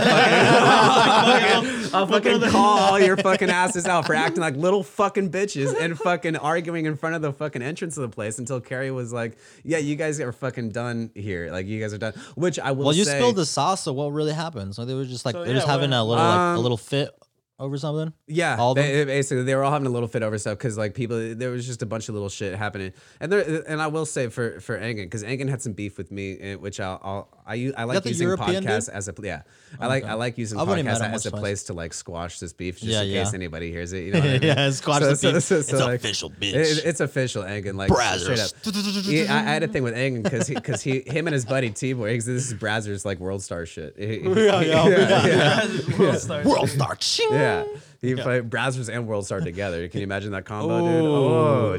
fucking, I'll fucking call all your fucking asses out for acting like little fucking bitches and fucking arguing in front of the fucking entrance of the place until Carrie was like, "Yeah, you guys are fucking done here. Like, you guys are done." Which I will.
well, you
say,
spilled the sauce, so what really happened? So they were just like
So,
they were just
yeah,
having
what-
a little like a
Um,
little fit over something.
Yeah,
All of
they, it- basically they were all having a little fit over stuff because like people, there was just a bunch of little shit happening. And there, and I will say for for Angan because Angan had some beef with me, eh, which I'll, I'll I u- I like
the
using
European dude?
podcasts as a yeah, I like I like using
I've only met
podcasts
him
as
once,
a
twice.
place to like squash this beef just
Yeah,
in
yeah.
case anybody hears it. You know what I mean?
yeah, squash
So-
the
so-
beef.
so-
it's
so, like,
official, bitch.
It, it's official, Angan. Like straight up. He- I, I had a thing with Angan because he, because he, him and his buddy T Boy, this is Brazzers like world star shit. He- he-
yeah, yeah, we got it.
World Stars.
World star. ching.
yeah. He played Brazzers and World Star together. Can you imagine that combo, dude?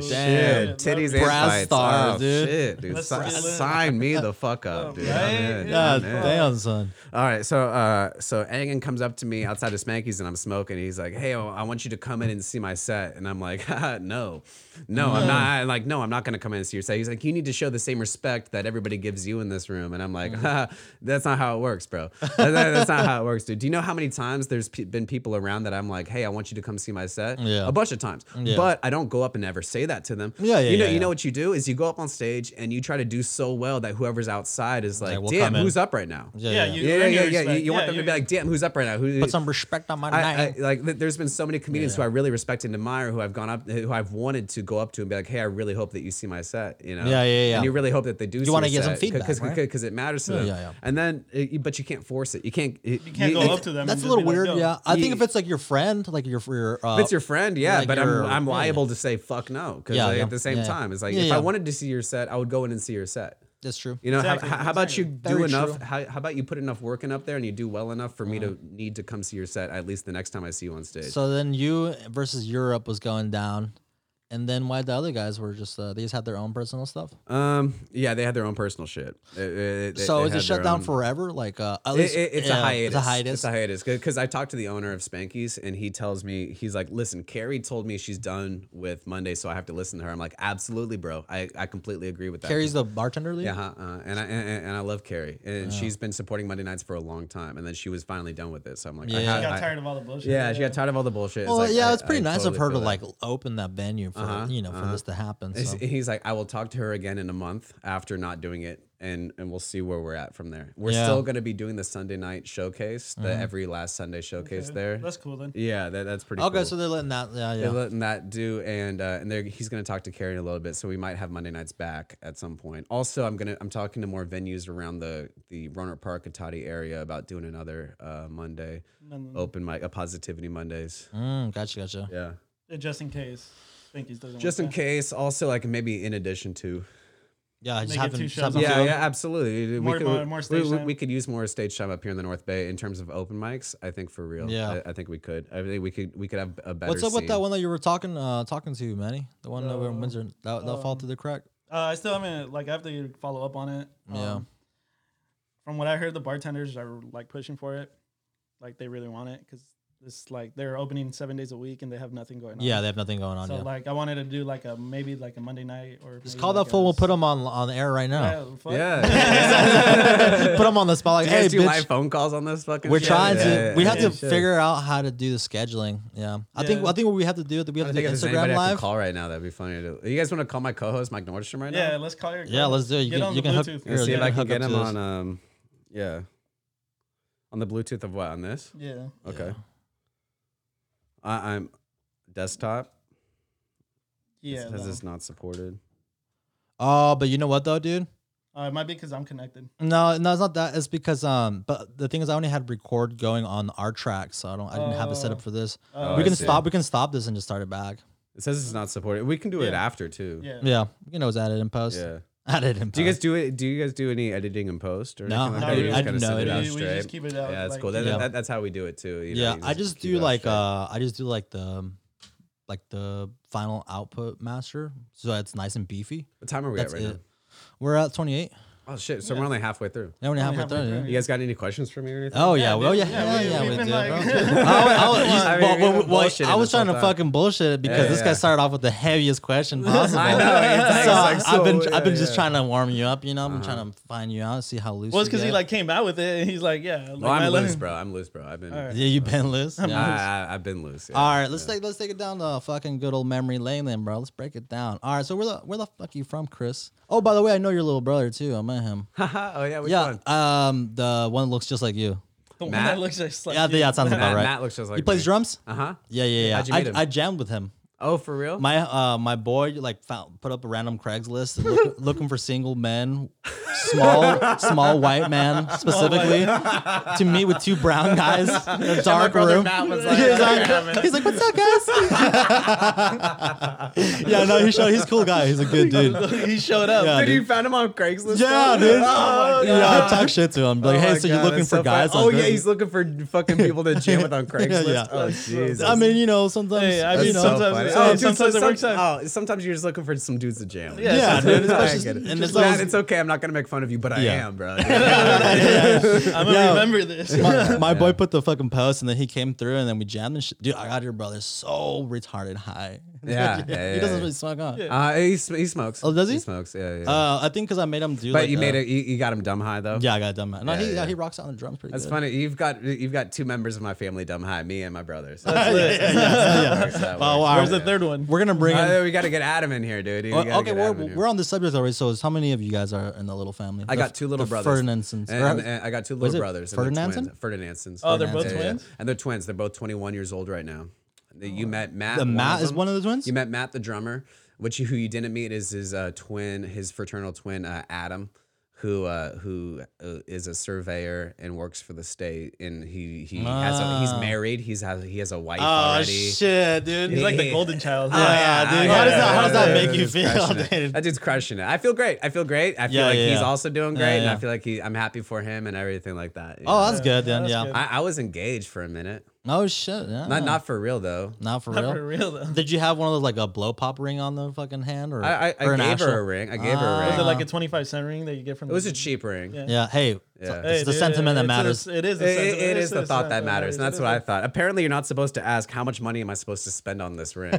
Oh,
damn.
shit. Titties and
Brazz
fights.
Star,
oh,
dude.
shit, dude.
Let's
Si-
get lit.
Oh,
sign me the fuck up, dude. I'm in. in.
God
I'm in.
damn, son.
All right, so uh, so Angan comes up to me outside of Spanky's and I'm smoking. He's like, "Hey, oh, I want you to come in and see my set," and I'm like, Haha, "No, no, I'm not." I'm like, "No, I'm not going to come in and see your set." He's like, "You need to show the same respect that everybody gives you in this room," and I'm
Mm-hmm.
like, Haha, "That's not how it works, bro. That- that- that's not how it works, dude. Do you know how many times there's pe- been people around that I'm like, "Hey, I want you to come see my set,"
Yeah.
a bunch of times,
Yeah.
but I don't go up and ever say that to them.
Yeah, yeah,
You know,
yeah,
you
yeah.
know what you do is you go up on stage and you try to do so well that whoever's outside is like,
we'll
"Damn,
come in."
who's up right now?"
Yeah,
Yeah,
yeah.
you-
Yeah, yeah,
earn
yeah,
your
yeah. You,
respect.
you want
Yeah,
them to
you-
be like, damn, who's up right now? Who,
Put some respect on my
I,
name.
I, like, th- there's been so many comedians who I really respect and admire who I've gone up, who I've wanted to go up to and be like, hey, I really hope that you see my set. You know?
Yeah, yeah, yeah.
And you really hope that they do. You
wanna get some feedback,
because
right?
it matters to
Yeah,
them.
yeah, yeah.
And then, uh, you- but you can't force it. You can't. It, you
can't go up to them.
That's
and
a
just
little
be like,
weird.
"Yo."
yeah, I think
Ye-
if it's like your friend, like your your. Uh,
If it's your friend, yeah,
like
but I'm
your-
I'm
yeah, yeah.
liable to say fuck no because
Yeah, yeah.
at the same
Yeah, yeah.
time, it's like
Yeah,
if
yeah.
I wanted to see your set, I would go in and see your set.
that's true.
You know, how-
Exactly,
how, how about you
exactly.
do
Very
enough?
true. Uh-huh.
How, how about you put enough work in up there and you do well enough for me to need to come see your set at least the next time I see you on stage?
So then you versus Europe was going down, and then why the other guys were just uh, they just had their own personal stuff.
um, yeah, they had their own personal shit.
so is it shut down
for?
forever? Like uh, at
It-
least
it- it's,
yeah,
a hiatus.
It's a hiatus.
It's a hiatus. Because I talked to the owner of Spanky's and he tells me, he's like, listen, Carrie told me she's done with Monday, so I have to listen to her. I'm like, absolutely, bro. I, I completely agree with that.
Carrie's the bartender league.
Yeah, uh, uh, and I and, and I love Carrie, and she's been supporting Monday nights for a long time, and then she was finally done with it. So I'm like, I
Yeah.
She
had-
got
I-
tired of all the bullshit.
yeah, she got tired of all the bullshit. It's
Well,
like,
yeah,
I-
it's pretty
I
nice
totally
of her to
feel that.
like open that venue for
Uh-huh,
you know for
uh-huh.
this to happen.
It's-
So.
He's like, I will talk to her again in a month after not doing it, and and we'll see where we're at from there. We're
Yeah. Mm-hmm.
still gonna be doing the Sunday night showcase, the every last Sunday showcase there.
That's cool then.
yeah, that, that's pretty.
Okay,
cool.
so they're letting that. Yeah, yeah.
they're letting that do, and uh, and they're, he's gonna talk to Carrie in a little bit, so we might have Monday nights back at some point. Also, I'm gonna I'm talking to more venues around the the Runner Park Atati area about doing another uh, Monday open mic, a Positivity Mondays.
Mm, gotcha, gotcha.
Yeah,
Uh, Just in case. Pinkies doesn't.
just in
work
case. Also, like maybe in addition to
Yeah, just
Make it
having
two
just
shows
having
on
Yeah,
fun.
yeah, absolutely.
More-
we, could,
more- more
we-
stage
we,
time.
we could use more stage time up here in the North Bay in terms of open mics. I think for real.
Yeah.
I, I think we could. I think we could. We could have a better.
What's up with
scene.
that one that you were talking uh talking to, Manny? The one over in Windsor that, that fall through the crack.
Uh, I still haven't like I have to follow up on it. Um,
Yeah.
From what I heard, the bartenders are like pushing for it, like they really want it because it's like they're opening seven days a week and they have nothing going on.
Yeah, they have nothing going on.
So
yeah.
like I wanted to do like a maybe like a Monday night or
Just
maybe,
call
like,
that fool. We'll
a-
put him on on the air right now.
Yeah, fuck.
put him on the spot. Like,
You guys
hey,
do live
bitch,
phone calls on this fucking.
we're
shit?
trying
Yeah,
to.
yeah,
we
yeah,
have
yeah,
to
shit.
figure out how to do the scheduling. Yeah, I think
Yeah.
I think what we have to do. We
I
have
don't
to do
think there's
Instagram
anybody I can
live.
call right now. That'd be funny to. You guys want to call my co-host Mike Nordstrom right
Yeah,
now?
let's call your.
Yeah, let's do it. You
Get
can-
on
you
the
can hook-
Bluetooth.
Yeah,
Let's see
you
if I
can hook
can get
up
him
to this.
on. Um, yeah. On the Bluetooth of what? On this?
Yeah.
Okay.
Yeah.
I, I'm desktop.
Yeah.
Because
though.
it's not supported.
Oh, but you know what though, dude?
Uh, it might be because I'm connected.
No, no, it's not that. It's because um, but the thing is, I only had record going on our track, so I don't. I didn't have a setup
Oh.
for this.
Uh,
Oh,
we
I
can
see.
stop. We can stop this and just start it back.
It says it's not supported. We can do it
Yeah.
after too.
Yeah.
Yeah, you can always add it in post.
Yeah.
Add it in. Post.
Do you guys do it? Do you guys do any editing in post or
No,
anything
I
like that? You
don't-
just
I
kinda
don't
send
know.
it
We-
out
we
straight?
just keep it out,
Yeah, that's
like-
cool. That,
Yeah.
that- that's how we do it too. you know,
yeah,
you
I just
keep
do
it out
like
straight.
uh, I just do like the, um, like the final output master, so it's nice and beefy.
What time are we at
That's
right
it. We're at twenty eight.
now? Oh shit! So we're only halfway through.
Now we're halfway
halfway
done,
through,
yeah.
You guys got any questions for me or anything?
Oh yeah,
dude.
well yeah,
Yeah,
yeah,
we-
yeah,
we've
we
been
did.
like-
bro. I, was- I was-
I mean,
well,
we've
well,
been
well,
bullshitting
I was
this whole
trying to
time.
fucking bullshit it because
Yeah,
this
yeah.
guy started off with the heaviest question possible.
I know, it's
so
like- it's like
I've been
so-
I've been just
yeah, yeah. Uh-huh.
trying to warm you up. You know, I've been trying to find you out, see how loose.
Well,
you
it's because he
get.
like came out with it and he's like, yeah. Like,
No, I'm
my-
loose, bro. I'm loose, bro. I've been.
right.
yeah, you been loose. Yeah.
I, I, I've been loose. yeah.
All right, let's take let's take it down to fucking good old memory lane, then, bro. Let's break it down. All right, so where the where the fuck you from, Chris? Oh, by the way, I know your little brother too. I met him.
oh yeah. Which
yeah,
One?
um, the one that looks just like you.
The one
Matt?
that looks like.
Yeah, uh, I think that sounds
Matt,
about right.
Matt looks just like.
he plays drums.
Uh huh.
Yeah, yeah,
How'd you
yeah.
meet him?
I, I jammed with him.
Oh, for real?
My uh, my boy like found, put up a random Craigslist and look, looking for single men, small small white man specifically, to meet with two brown guys in a dark
brother
room.
Matt was
he's,
like,
like, he's like, "What's up, guys?" yeah, no, he showed, he's a cool guy. He's a good dude.
he showed up.
Yeah,
Dude, you
dude.
found him on Craigslist?
Yeah,
bro?
dude.
Oh, my
yeah, I
God.
talk shit to him. Like,
Oh
hey,
my
so you're
God,
looking
that's
for
so funny.
guys? on
Oh yeah,
Craigslist?
he's looking for fucking people to jam with on Craigslist.
yeah.
Oh Jesus.
I mean, you know, sometimes
Hey, I
you
mean,
know,
sometimes-
funny.
hey,
Oh, dude,
sometimes
so
it works
some- oh, sometimes you're just looking for some dudes to jam. with.
Yeah,
Yeah, dude.
I
Especially,
get it.
and it's
Matt,
always-
it's okay. I'm not gonna make make fun of you, but I
Yeah.
am, bro.
I'm gonna
Yo.
remember this.
my, my boy put the fucking post and then he came through and then we jammed and shit. Dude, I got your brother so retarded high.
Yeah, yeah, yeah,
he doesn't
yeah.
really smoke on.
Yeah.
uh, he, sm- he smokes.
Oh, does he?
smokes. Yeah, yeah.
Uh, I think because I made him do.
but
like,
you made
uh,
it. You, you got him dumb high though.
Yeah, I got dumb. No, he
yeah,
yeah,
yeah.
he rocks out on the drums pretty
That's
good.
funny. You've got you've got two members of my family dumb high, me and my brother. So
yeah,
works, that
Wow,
works.
wow.
Where's the third one?
We're gonna bring.
Uh,
in,
we got to get Adam in here, dude. You
Well,
gotta
okay,
get
we're,
Adam in here.
we're on the subject already. So, how many of you guys are in the little family?
I
The
got
f-
two little
the
brothers.
Ferdinandsons.
And,
Or-
and I got two little
it
brothers. and they're
Ferdinandson?
twins. Ferdinandson.
Oh, they're both
Ferdinandson, yeah,
twins?
yeah. And they're twins. They're both 21 years old right now. The- You met Matt.
the
one
Matt
of
is
them.
one of the twins.
You met Matt the drummer, which you, who you didn't meet is his uh, twin, his fraternal twin uh, Adam, who uh, who uh, is a surveyor and works for the state, and he he has a, he's
Ah.
married. He's has he has a wife
oh
already.
shit, dude.
He's like the golden child.
Oh, Yeah, dude.
How does
that- how does that
yeah,
make
yeah,
you
yeah, he's
feel,
crushing it.
dude?
That dude's crushing it. I feel great. I feel great. I feel
Yeah,
like
yeah,
he's
yeah.
also doing great, and
yeah.
I feel like he, I'm happy for him and everything like that. you
Oh,
know?
that's good then.
That's
Yeah.
good.
I, I was engaged for a minute.
Oh shit. Yeah.
Not not for real though.
Not for
Not
real.
for real though.
Did you have one of those like a blow pop ring on the fucking hand or
I I, I
or
gave
an actual-
her a ring. I gave her a
Ah.
ring.
Was it like a 25 cent ring that you get from?
it was a cheap ring.
Yeah.
Yeah. Hey.
Yeah.
It's the
dude,
sentiment
it's
that
a-
matters.
it is. The
It-
sentiment.
it
It's
is the thought that
sentiment
matters, and that's
It
what I
is.
thought. Apparently, you're not supposed to ask how much money am I supposed to spend on this ring.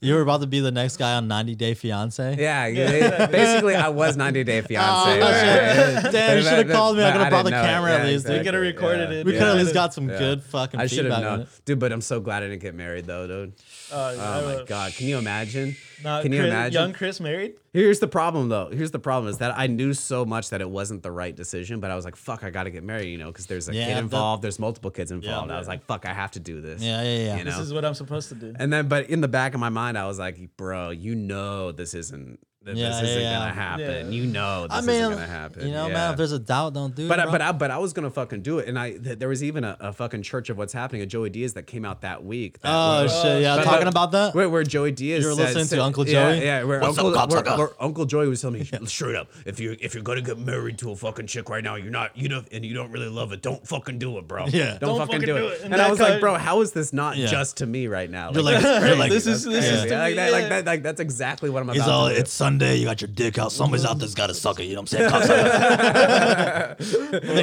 You were about to be the next guy on 90 Day Fiance.
yeah, it- basically, I was 90 Day Fiance.
Oh, shit. Damn, you
But-
should've
but-
called me. I
but
could've brought the
didn't know it.
camera at least, dude.
We could've recorded it.
We
Yeah.
could at least got some
Yeah.
good fucking
I should
feedback.
have
on
known,
it.
dude. But I'm so glad I didn't get married though, dude.
Uh, I
Oh my
would-
god, can you imagine?
Nah,
can you
Chris-
imagine?
Young Chris married?
Here's the problem though. Here's the problem is that I knew so much that it wasn't the right decision, but I was like, fuck, I gotta get married, you know, because there's a
Yeah,
kid
that-
involved, there's multiple kids involved. I was like, fuck, I have to do this.
Yeah, yeah, yeah.
You know?
This is what I'm supposed to do.
and then, but in the back of my mind, I was like, bro, you know, this isn't, that
Yeah,
this
yeah,
isn't
yeah.
gonna happen.
Yeah.
You know, this
I mean,
isn't gonna happen.
you know,
Yeah.
man, if there's a doubt, don't do
But
it.
I,
bro.
but I, but I was gonna fucking do it, and I th- there was even a, a fucking Church of What's Happening, a Joey Diaz that came out that week. That
oh,
was-
shit. Yeah.
but-
Talking
but-
about that?
Where, where Joey Diaz.
You were
said-
listening to
said-
Uncle
yeah,
Joey?
Yeah, where
What's up,
Uncle,
cops?
where-
What's up?
where Uncle Joey was telling me straight up, if you if you're gonna get married to a fucking chick right now, you're not you know, and you don't really love it, don't fucking do it, bro.
Yeah.
don't, fucking, do it.
And
And I
that
was
guy-
like, bro, how is this not
Yeah.
just to me right now?
You're like-
that's
you're
crazy.
like,
this
That's
is- this is
crazy.
to
like
me,
that, like
yeah.
that, like that's exactly what I'm about.
It's all.
to do.
It's Sunday. You got your dick out. Somebody's out there's got to suck it. You know what I'm saying? Then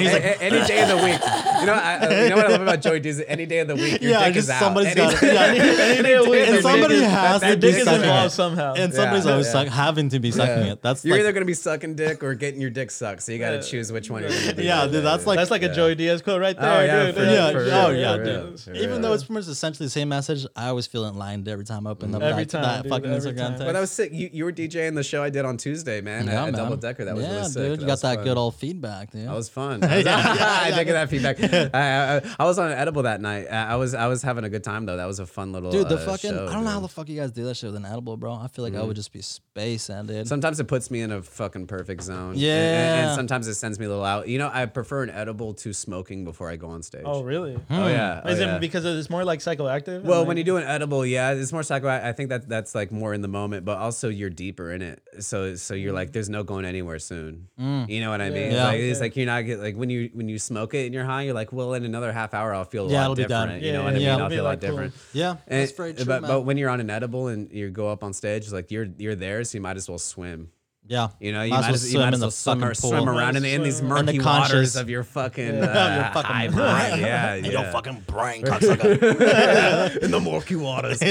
he's
A-
like,
a- any day of the week. You know, I, uh, you know what I love about Joey Diaz? Any day of the week, your
yeah,
dick
just
is out.
somebody's
Any
got.
day-
Yeah,
Any day of the week,
and
the
somebody
dick is-
has
that
to
Dick
be
is
sucking
involved
sucking it.
somehow.
And somebody's
Yeah,
always
yeah.
suck, having to be sucking it. That's
You're
like,
either gonna be sucking dick or getting your dick sucked. So you got to choose which one. You're gonna do
yeah, dude. That's like
That's like a Joey Diaz quote right there,
Oh, yeah,
dude.
for-
yeah,
for
oh
real,
yeah,
for
dude.
real, for
Even
real.
though it's pretty much essentially the same message, I always feel it lined every time I open up
Mm. Every
that,
time,
that
dude,
fucking
every
Instagram
time.
text.
But I was sick. You, you were DJing the show I did on Tuesday, man.
yeah,
Yeah, a
man.
double decker. That was
yeah,
really sick.
dude. You got
was
that
fun.
good old feedback, dude.
That was fun. That was- yeah, I did get that feedback. I, I, I was on an edible that night. I I was I was having a good time though. That was a fun Mm-hmm. little
Dude, the
uh,
fucking
show,
I don't know how
dude.
the fuck you guys do that shit with an edible, bro. I feel like I would just be spacing, dude.
Sometimes it puts me in a fucking perfect zone. And- and- And,
Yeah.
sometimes it sends me a little out. You know, I prefer an edible to smoking before I go on stage.
Oh, really?
Oh, yeah. Oh,
Is
yeah.
it because it's more like psychoactive? and,
Well,
like-
when you do an edible, yeah, it's more psycho. I I think that that's like more in the moment, but also you're deeper in it. So so you're
Mm.
like, there's no going anywhere soon. You know what I mean?
Mm. Yeah.
Like, it's like you're not get like when you when you smoke it and you're high, you're like, well, in another half hour, I'll feel a
Yeah,
lot
it'll be done.
different. You
Yeah,
know what
yeah,
I mean?
yeah.
I'll
It'll be
feel a lot
like, cool.
different.
yeah,
And-
that's very true,
but
man.
but when you're on an edible and you go up on stage, like you're you're there, so you might as well swim.
yeah,
You know, you
Might as
might,
well
as, you
swim
might
in
as well
the
swim, or
fucking
swim
pool.
around in, in these
Swim.
In the
murky
conscious-
waters of your fucking, uh,
your fucking
high
brain.
mind. Yeah, yeah.
Ain't no fucking brain, cocksucker.
in the murky waters.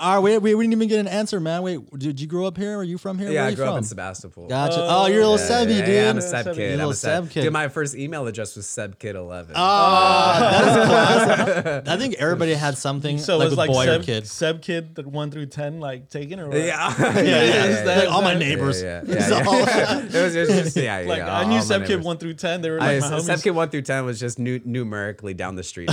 All right, wait, wait, we didn't even get an answer, man. Wait, did you grow up here? Are you from here?
yeah,
Where
I
you
grew
from?
up in Sebastopol.
Gotcha. oh, you're a little
Yeah,
sebby,
yeah,
dude.
yeah, I'm
Sebby.
a seb
You're a
kid. I'm
little
a seb
seb kid.
kid. Dude, my first email address was sebkid11.
Ah, that is classic. I think everybody had something
so
like
it was
with
like
boy
Seb
or kid.
Seb kid that one through ten like taken or what?
yeah.
Yeah, yeah,
yeah, yeah.
Like all my
Yeah, yeah,
neighbors.
Yeah,
It's
yeah,
all-
yeah. it was it was just yeah, yeah.
Like
yeah,
I
all my
knew Seb kid
neighbors.
one through ten. They were
I-
like my homies.
Sebkid one through ten was just nu- numerically down the street.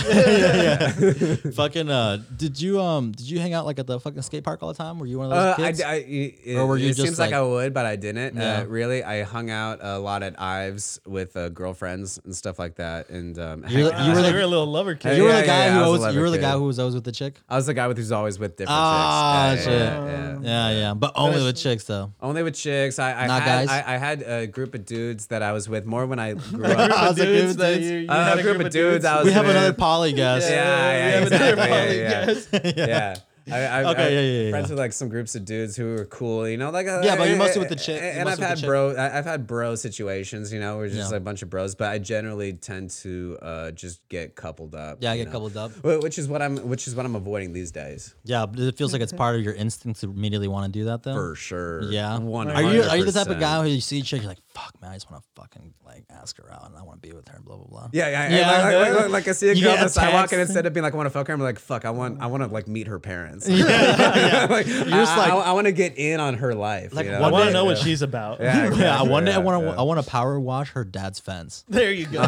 fucking uh did you um did you hang out like at the fucking skate park all the time were you one
Uh,
of those
I,
kids
I- it,
Or were
it
you just
seems like,
like-
I would, but I didn't.
Yeah.
Uh, really, I hung out a lot at Ives with uh, girlfriends and stuff like that. And um,
You're-
hang-
you were, a
the-
little lover kid.
you were
yeah,
the guy
yeah, I
who always
was a
you
leather
were the
kid.
guy who was always with the chick
I was the guy with who's always with different
Ah,
chicks.
shit.
Yeah, yeah, yeah, yeah.
yeah yeah but only with chicks though
Only with chicks. I, I
Not
had,
guys?
I, I had a group of dudes that I was with more when I grew
Group
up.
of
How's it
dudes
good,
that
dudes?
you- you
Uh,
had
a group of dudes, I was
we have
with-
another poly guest
yeah, yeah,
we have another
exactly.
poly
Yeah, yeah, yeah. yeah. I, I,
Okay,
I-
yeah, yeah, yeah,
Friends
yeah.
with like some groups of dudes who are cool, you know, like uh,
Yeah, but you're
eh,
mostly with the
eh,
chick-
eh,
you're
And I've
mostly with
had
the chick.
bro, I- I've had bro situations, you know, we're just
Yeah.
a bunch of bros. But I generally tend to uh, just get coupled up.
Yeah, I
you
get
know?
coupled up.
Wh- Which is what I'm, which is what I'm avoiding these days
Yeah, but it feels like it's part of your instinct to immediately want to do that though.
for sure.
Oh. Yeah.
one.
Are you are you the type of guy who you see a chick, you're like, fuck man, I just want to fucking like ask her out and I want to be with her and blah blah blah.
Yeah, yeah,
Yeah,
yeah. Like, like,
no.
like, like I see a
You
girl
get
on
a
the sidewalk, and
text.
instead of being like, "I want to fuck her," I'm like, "Fuck, I want, I want to like meet her parents."
yeah.
like, I,
just like-
I, I want to get in on her life.
Like,
you know?
I
one
want
day-
to know what
Yeah.
she's about.
Yeah, exactly.
Yeah, I one day I
Yeah,
want to
yeah.
I want to power wash her dad's fence.
There you go.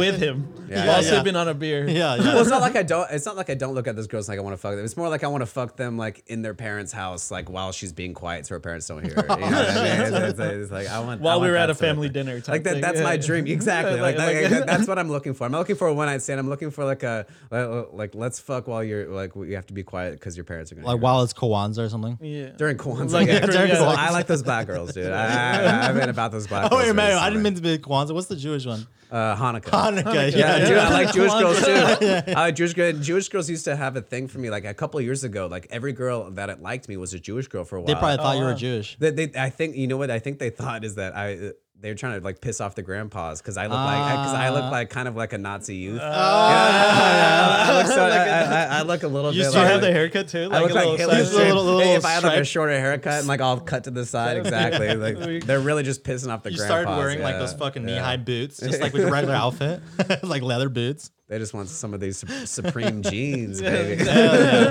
With him.
Yeah,
While
yeah.
sipping on a beer.
Yeah,
well,
yeah.
it's not like I don't. It's not like I don't look at those girls like I want to fuck them. It's more like I want to fuck them like in their parents' house, like while she's being quiet, so her parents don't hear. Her. You know what I mean? it's, it's- it's like I want. I
While we
want
were
that
at a
sort of
family
thing.
dinner type
Like that.
thing.
That's
Yeah,
my
yeah.
dream. Exactly.
Like-
Like, that-
like-
that- that's what I'm looking for. I'm looking for a one night stand. I'm looking for like a like, like let's fuck while you're like you have to be quiet because your parents are gonna.
Like
hear.
while it's Kwanzaa or something.
Yeah.
During Kwanzaa,
Like,
yeah.
during
Well,
Kwanzaa.
I like those black girls, dude. I, I, I've been about those black.
Oh
girls
wait,
very
man, I didn't
similar.
mean to be Kwanzaa. What's the Jewish one?
uh, Hanukkah.
Hanukkah.
Yeah,
Yeah,
dude, I like Jewish
Kwanzaa.
girls too. I like Jewish girls. Jewish girls used to have a thing for me. Like a couple years ago, like every girl that it liked me was a Jewish girl for a while.
They probably thought you were
wow.
Jewish.
They- they- I think you know what I think they thought is that I they were trying to like piss off the grandpas because I look like because I look
Ah.
like kind of like a Nazi youth.
Ah.
Yeah, I, look so- I- I- I look a little
You
bit.
still
like,
have the haircut too?
I look
side
like Hitler.
Hitler's little-
shape?
little-
Hey, if I had like a
stripe.
shorter haircut and like all cut to the side, exactly. Like they're really just pissing off the
You
grandpas.
started wearing like
yeah,
those fucking
yeah.
knee-high boots, just like with your regular outfit, like leather boots.
They just want some of these sup- supreme jeans, baby.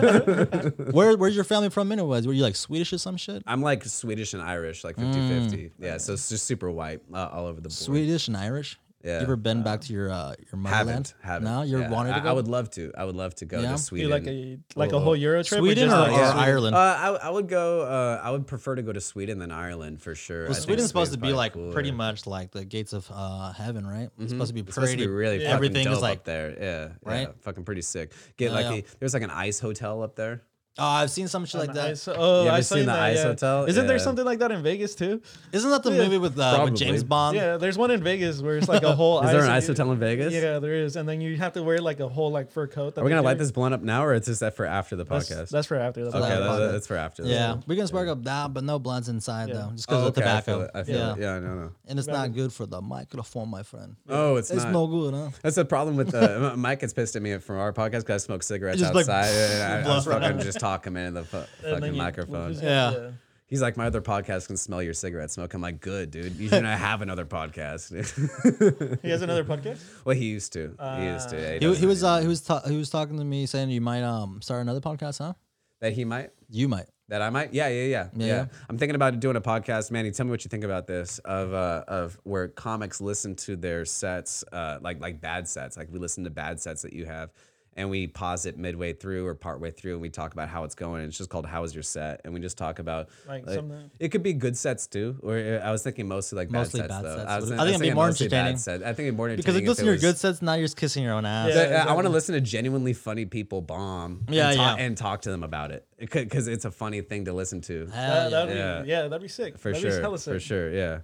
Where Where's your family from? Anyways, were you like Swedish or some shit?
I'm like Swedish and Irish, like 50
Mm.
50. Yeah, so it's just super white uh, all over the board.
Swedish and Irish.
Yeah.
You ever been back to your uh, your motherland?
Haven't, haven't.
No, you're
Yeah,
wanted
I,
to go.
I would love to. I would love to go
Yeah? You
to
You
Sweden.
like a like a
Well,
whole Euro trip
Sweden or,
just
or
like
Ireland?
Uh, I, I would go. Uh, I would prefer to go to Sweden than Ireland for sure. I
Well,
think
Sweden's supposed to be
probably
like
cooler.
pretty much like the gates of uh, heaven, right? It's supposed to be pretty.
It's supposed to be really fucking
everything
dope
is like.
up there. Yeah,
Right?
Yeah, fucking pretty sick. Get
Yeah,
like
yeah.
a, there's like an ice hotel up there.
Oh, I've seen some shit like
an
that.
ice- oh,
You ever
I've seen, the that, Ice Hotel. Isn't there
Yeah.
something like that in Vegas too?
Isn't that the movie with, uh, with
Probably.
James Bond?
Yeah, there's one in Vegas where it's like a whole.
Um, Is there an
and
ice
you-
hotel in Vegas?
Yeah, there is, and then you have to wear like a whole like fur coat. that
Are we
they
gonna light
give.
this blunt up now, or is that for after the podcast?
That's, that's for after. That's
okay,
okay,
that-
that, that's for after. this
Uh, Yeah,
one.
we can spark up that, but no blunts inside though, just because
Oh,
of the
okay, I
tobacco.
feel it. I feel
yeah.
it. Yeah, no, no.
and it's not good for the microphone, my friend.
Oh, it's,
It's
not.
no good, huh?
That's the problem with uh, M- Mike gets pissed at me from our podcast because I smoke cigarettes
Just like,
outside. and I, I was
blow.
fucking just talking man in the fu- fucking microphone.
Yeah.
He's like, my other podcast can smell your cigarette smoke. I'm like, good, dude. You shouldn't have another podcast.
He has another podcast.
well, he used to. he used to. Yeah,
He, he
doesn't
was
anymore.
uh, he was ta- he was talking to me saying you might um start another podcast, huh?
that he might.
You might.
That I might, yeah, yeah, yeah, yeah,
yeah.
I'm thinking about doing a podcast, Manny. Tell me what you think about this of uh, of where comics listen to their sets, uh, like like bad sets. Like we listen to bad sets that you have, and we pause it midway through or partway through, and we talk about how it's going. And it's just called "How is your set?" and we just talk about
Like something-
It could be good sets too, or uh, I was thinking mostly like
Mostly
bad sets.
bad
though.
sets
I, was,
would-
I,
I think
was
it'd be
thinking
more
mostly bad
entertaining.
sets. I think it'd be more
Because
entertaining
if you
if
listen to
it
your
was-
good sets, now you're just kissing your own ass.
Yeah,
uh, I- I want to listen to genuinely funny people bomb.
Yeah,
and ta-
yeah.
and talk to them about it because it's a funny thing to listen to.
Hell yeah.
Uh, that'd
yeah.
Be, yeah, that'd be sick.
For
that'd Be
sure.
hella
For
sick.
sure. Yeah.